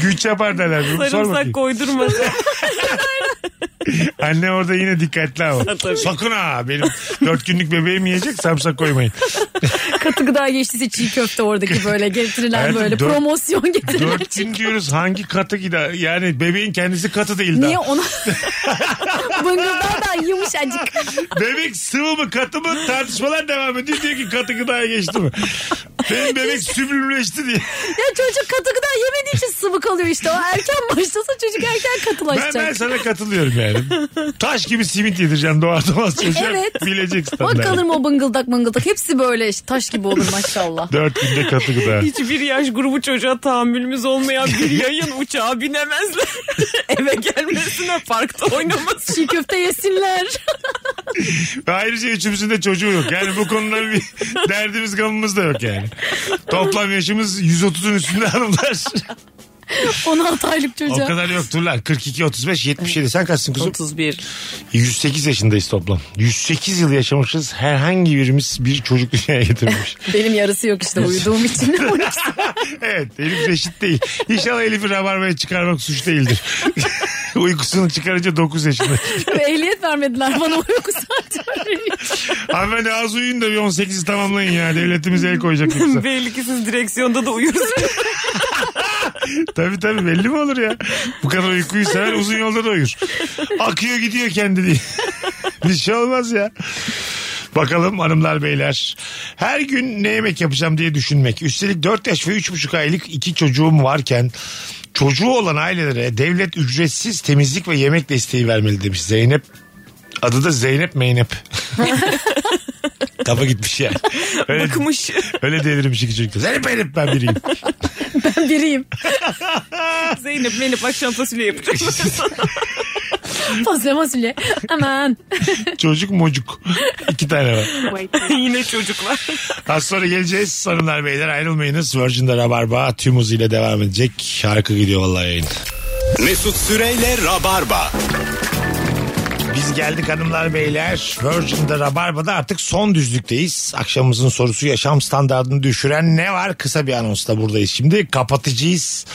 S2: güç yapar derler. Bir Sor bakayım.
S4: Sarımsak koydurma.
S2: Anne orada yine dikkatli ama.
S4: Tabii.
S2: Sakın ha benim dört günlük bebeğim yiyecek sarımsak koymayın.
S3: Katı gıda geçtiyse çiğ köfte oradaki böyle getirilen
S2: Hayatım,
S3: böyle
S2: dört-
S3: promosyon getirilen.
S2: Dört gün diyoruz hangi katı gider? Yani bebeğin kendisi katı değil
S3: Niye
S2: daha.
S3: ona... Bıngıldardan yumuşacık.
S2: Bebek sıvı mı katı mı tartışmalar devam ediyor. Diyor ki katı gıdaya geçti mi? Benim bebek sübürümleşti diye.
S3: Ya çocuk katı gıda yemediği için sıvı kalıyor işte. O erken başlasa çocuk erken
S2: Ben,
S3: katılaşacak.
S2: ben sana katılıyorum yani. Taş gibi simit yedireceğim doğar doğmaz çocuğa.
S3: Evet.
S2: Bilecek
S3: O
S2: standart.
S3: kalır mı o bıngıldak bıngıldak? Hepsi böyle işte taş gibi olur maşallah.
S2: Dört günde katı gıda.
S4: Hiçbir yaş grubu çocuğa tahammülümüz olmayan bir yayın uçağa binemezler. Eve gelmesine parkta oynaması.
S3: Çiğ köfte yesinler.
S2: Ve ayrıca üçümüzün de çocuğu yok. Yani bu konuda bir derdimiz gamımız da yok yani. Toplam yaşımız 130'un üstünde hanımlar.
S3: 16 aylık
S2: o
S3: çocuğa.
S2: kadar yokturlar. 42, 35, 77. Sen kaçsın kuzum?
S4: 31.
S2: 108 yaşındayız toplam. 108 yıl yaşamışız. Herhangi birimiz bir çocuk dünyaya getirmemiş.
S3: Benim yarısı yok işte uyuduğum için.
S2: evet Elif reşit değil. İnşallah Elif'i rabarbaya çıkarmak suç değildir. Uykusunu çıkarınca 9 yaşında.
S3: Ehliyet vermediler bana uyku saati.
S2: Hanımefendi az uyuyun da bir 18'i tamamlayın ya. Devletimiz el koyacak yoksa.
S4: Belli ki siz direksiyonda da uyursunuz.
S2: Tabii tabii belli mi olur ya? Bu kadar uykuyu sever uzun yolda da uyur. Akıyor gidiyor kendi diye. Bir şey olmaz ya. Bakalım hanımlar beyler. Her gün ne yemek yapacağım diye düşünmek. Üstelik 4 yaş ve 3,5 aylık iki çocuğum varken çocuğu olan ailelere devlet ücretsiz temizlik ve yemek desteği vermeli demiş Zeynep. Adı da Zeynep Meynep. Kafa gitmiş yani. Öyle,
S4: Bakmış.
S2: öyle delirmiş iki çocuk. Zeynep Meynep ben biriyim.
S3: Ben biriyim.
S4: Zeynep Melip akşam fasulye yapacak.
S3: Fasulye fasulye. Aman.
S2: Çocuk mocuk. İki tane var.
S4: Yine çocuklar.
S2: Az sonra geleceğiz. Hanımlar beyler ayrılmayınız. Virgin'de Rabarba tüm hızıyla devam edecek. Şarkı gidiyor vallahi yayın.
S1: Mesut Süreyle Rabarba.
S2: Biz geldik hanımlar beyler. Virgin'de Rabarba'da artık son düzlükteyiz. Akşamımızın sorusu yaşam standartını düşüren ne var? Kısa bir anonsla buradayız şimdi. Kapatıcıyız.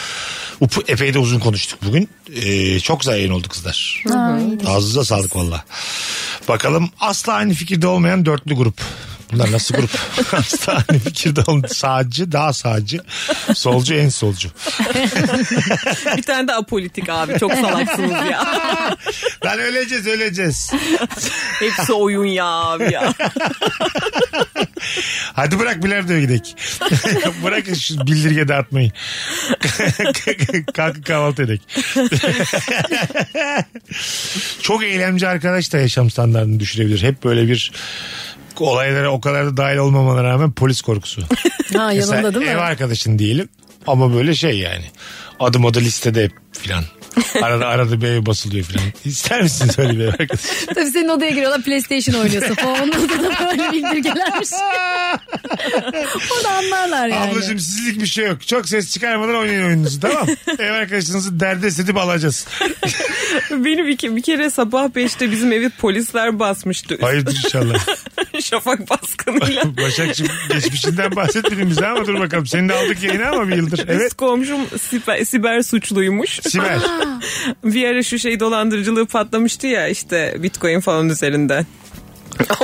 S2: Upu, epey de uzun konuştuk bugün. Ee, çok güzel yayın oldu kızlar. Ağzınıza sağlık valla. Bakalım asla aynı fikirde olmayan dörtlü grup. Bunlar nasıl grup? asla aynı fikirde olmayan sağcı daha sağcı. Solcu en solcu.
S4: Bir tane de apolitik abi. Çok salaksınız ya.
S2: Lan öleceğiz öleceğiz.
S4: Hepsi oyun ya abi ya.
S2: Hadi bırak bilardoya gidelim. Bırakın şu bildirge dağıtmayı. Kalkın kahvaltı edek. Çok eylemci arkadaş da yaşam standartını düşürebilir. Hep böyle bir olaylara o kadar da dahil olmamana rağmen polis korkusu.
S3: Ha
S2: Mesela
S3: yanında değil
S2: ev
S3: mi?
S2: arkadaşın diyelim ama böyle şey yani. Adım adı listede hep filan. Arada arada bir eve basılıyor filan. İster misiniz öyle bir ev arkadaşı?
S3: Tabii senin odaya giriyorlar PlayStation oynuyorsun falan. Onun odada böyle bildirgelermiş. Orada anlarlar yani.
S2: Ablacığım sizlik bir şey yok. Çok ses çıkarmadan oynayın oyununuzu tamam. Ev arkadaşınızı derdest edip alacağız.
S4: Benim iki, bir kere sabah 5'te bizim evi polisler basmıştı.
S2: Hayırdır inşallah.
S4: Şafak baskınıyla.
S2: Başakçığım geçmişinden bahsetmedin bize ama dur bakalım. Seni de aldık yayına ama bir yıldır. Evet.
S4: Üst komşum siber, siber suçluymuş.
S2: Sibel.
S4: Bir ara şu şey dolandırıcılığı patlamıştı ya işte bitcoin falan üzerinden.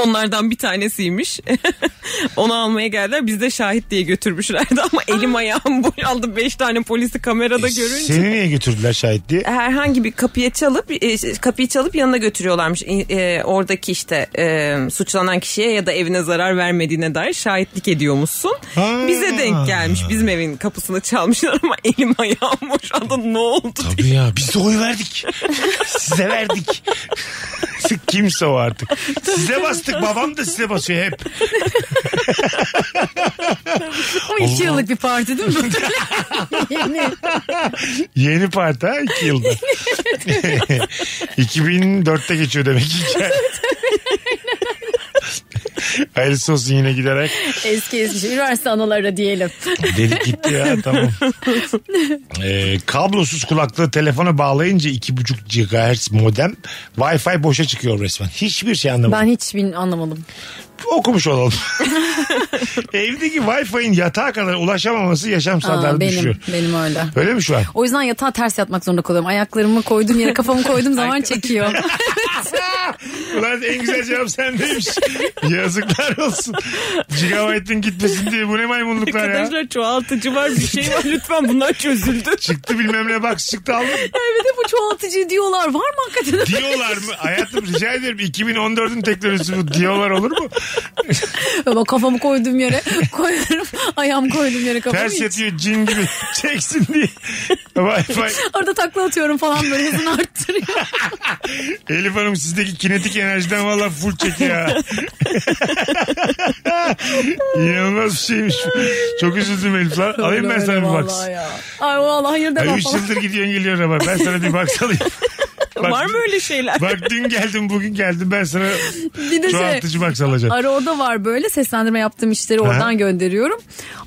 S4: Onlardan bir tanesiymiş. Onu almaya geldiler. Biz de şahit diye götürmüşlerdi ama elim ayağım boşaldı. Beş tane polisi kamerada görünce.
S2: Seni niye götürdüler şahit diye?
S4: herhangi bir kapıya çalıp e, kapıyı çalıp yanına götürüyorlarmış E, e, oradaki işte e, suçlanan kişiye ya da evine zarar vermediğine dair şahitlik ediyormuşsun.
S2: Ha.
S4: Bize denk gelmiş. Bizim evin kapısını çalmışlar ama elim ayağım boşaldı. Ne oldu?
S2: Tabii ya biz de oy verdik. size verdik. Kimse o artık. Size bastık babam da size basıyor hep.
S3: O iki yıllık bir parti değil mi? Yeni.
S2: Yeni parti ha 2 yılda. 2004'te geçiyor demek ki. Hayırlısı olsun yine giderek.
S3: Eski eski. Üniversite anıları diyelim.
S2: Delik gitti ya tamam. Ee, kablosuz kulaklığı telefona bağlayınca 2,5 GHz modem Wi-Fi boşa çıkıyor resmen. Hiçbir şey anlamadım.
S3: Ben hiç bin anlamadım.
S2: Okumuş olalım. Evdeki Wi-Fi'nin yatağa kadar ulaşamaması yaşam
S3: Aa,
S2: standartını
S3: benim,
S2: düşürüyor.
S3: benim öyle.
S2: Öyle mi şu an?
S3: O yüzden yatağa ters yatmak zorunda kalıyorum. Ayaklarımı koyduğum yere kafamı koyduğum zaman çekiyor.
S2: Ulan en güzel cevap sendeymiş. Yazıklar olsun. Gigabyte'ın gitmesin diye bu ne maymunluklar ya.
S4: Arkadaşlar çoğaltıcı var bir şey var. Lütfen bunlar çözüldü.
S2: Çıktı bilmem ne bak çıktı aldım.
S3: Evet bu çoğaltıcı diyorlar. Var mı hakikaten?
S2: Diyorlar mı? Hayatım rica ederim 2014'ün teknolojisi bu diyorlar olur mu?
S3: Bak kafamı koyduğum yere koyuyorum. Ayağımı koyduğum yere kafamı.
S2: Ters
S3: hiç.
S2: yatıyor cin gibi çeksin diye. Wi-Fi.
S3: Orada takla atıyorum falan böyle hızını arttırıyor.
S2: Elif Hanım sizdeki kinetik enerjiden valla full çekiyor. ha. İnanılmaz bir şeymiş. Çok üzüldüm Elif lan. Alayım ben
S3: Öyle
S2: sana bir
S3: vallahi
S2: box.
S3: ya. Ay vallahi hayır
S2: Ay
S3: demem
S2: 3
S3: falan.
S2: yıldır gidiyorsun geliyorsun ama ben sana bir box alayım. Bak-
S4: Var mı öyle şeyler?
S2: Bak dün geldim bugün geldim ben sana
S3: Bir de şey.
S2: çoğaltıcı box alacağım.
S3: Ara oda var böyle seslendirme yaptığım işleri oradan
S2: Aha.
S3: gönderiyorum.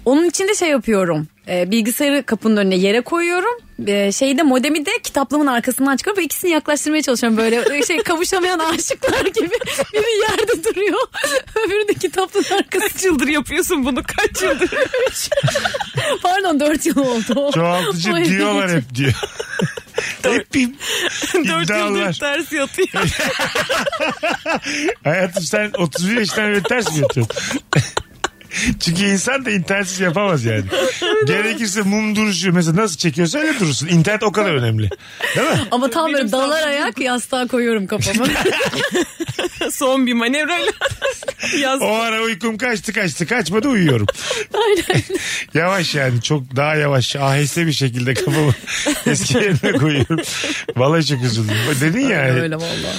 S3: Onun için de şey yapıyorum. E, bilgisayarı kapının önüne yere koyuyorum. E, şeyi de modemi de kitaplığımın arkasından çıkarıp ikisini yaklaştırmaya çalışıyorum. Böyle şey kavuşamayan aşıklar gibi biri yerde duruyor. Öbürü de kitaplığın arkası.
S4: Kaç yıldır yapıyorsun bunu? Kaç yıldır?
S3: Pardon dört yıl oldu.
S2: Çoğaltıcı
S3: O evde
S2: diyorlar
S3: geçen-
S2: hep diyor. hep bir
S4: Dört yıldır
S2: iddialar.
S4: ters yatıyor.
S2: Hayatım sen 31 yaşından beri ters mi yatıyorsun? Çünkü insan da internetsiz yapamaz yani. Gerekirse mum duruşu mesela nasıl çekiyorsa öyle durursun. İnternet o kadar önemli. Değil mi?
S3: Ama tam böyle
S4: Benim
S3: dalar
S4: sağlığım-
S3: ayak yastığa koyuyorum kafamı.
S4: Son bir manevrayla yaz.
S2: O ara uykum kaçtı kaçtı kaçmadı uyuyorum. yavaş yani çok daha yavaş aheste bir şekilde kafamı eski yerine koyuyorum. Vallahi çok üzüldüm. Dedin ya
S3: Öyle valla.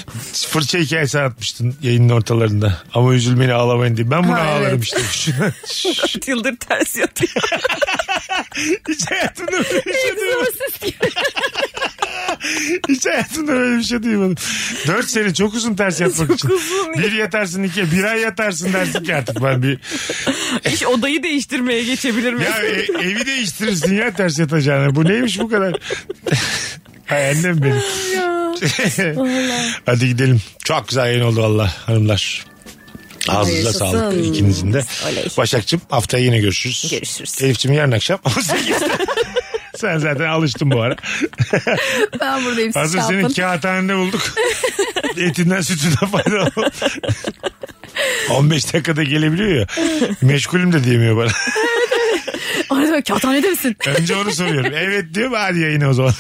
S2: fırça hikayesi atmıştın yayının ortalarında. Ama üzülmeyin ağlamayın diye. Ben buna
S3: Ha, evet.
S2: ağlarım işte.
S4: Dört yıldır ters yatıyor.
S2: Hiç hayatımda böyle bir şey duymadım. Hiç hayatımda böyle bir şey duymadım. Dört sene çok uzun ters yatmak için.
S4: uzun ya.
S2: bir yatarsın iki, bir ay yatarsın dersin ki artık ben bir...
S4: Hiç odayı değiştirmeye geçebilir mi?
S2: Ya e- evi değiştirirsin ya ters yatacağına. Bu neymiş bu kadar? Hay annem benim. Hadi gidelim. Çok güzel yayın oldu valla hanımlar. Ağzınıza
S3: Hayırlısı
S2: sağlık
S3: olsun.
S2: ikinizin de.
S3: Oley.
S2: Başakçım haftaya yine görüşürüz.
S4: Görüşürüz.
S2: Elif'cim yarın akşam 18'de. Sen zaten alıştın bu ara.
S3: Ben buradayım siz
S2: Hazır
S3: şey
S2: senin
S3: yapın.
S2: kağıthanende bulduk. Etinden sütünden faydalı. ol. 15 dakikada gelebiliyor ya. Meşgulüm de diyemiyor bana.
S3: Arada böyle, kağıthanede misin?
S2: Önce onu soruyorum. Evet diyor mu? Hadi yayına o zaman.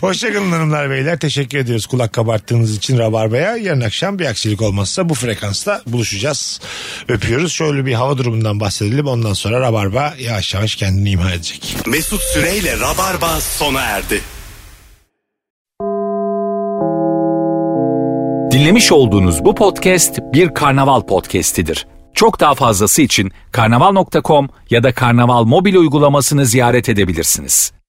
S2: Hoşçakalın hanımlar beyler. Teşekkür ediyoruz kulak kabarttığınız için Rabarba'ya. Yarın akşam bir aksilik olmazsa bu frekansta buluşacağız. Öpüyoruz. Şöyle bir hava durumundan bahsedelim. Ondan sonra Rabarba yavaş yavaş kendini imha edecek.
S1: Mesut Süreyle Rabarba sona erdi.
S10: Dinlemiş olduğunuz bu podcast bir karnaval podcastidir. Çok daha fazlası için karnaval.com ya da karnaval mobil uygulamasını ziyaret edebilirsiniz.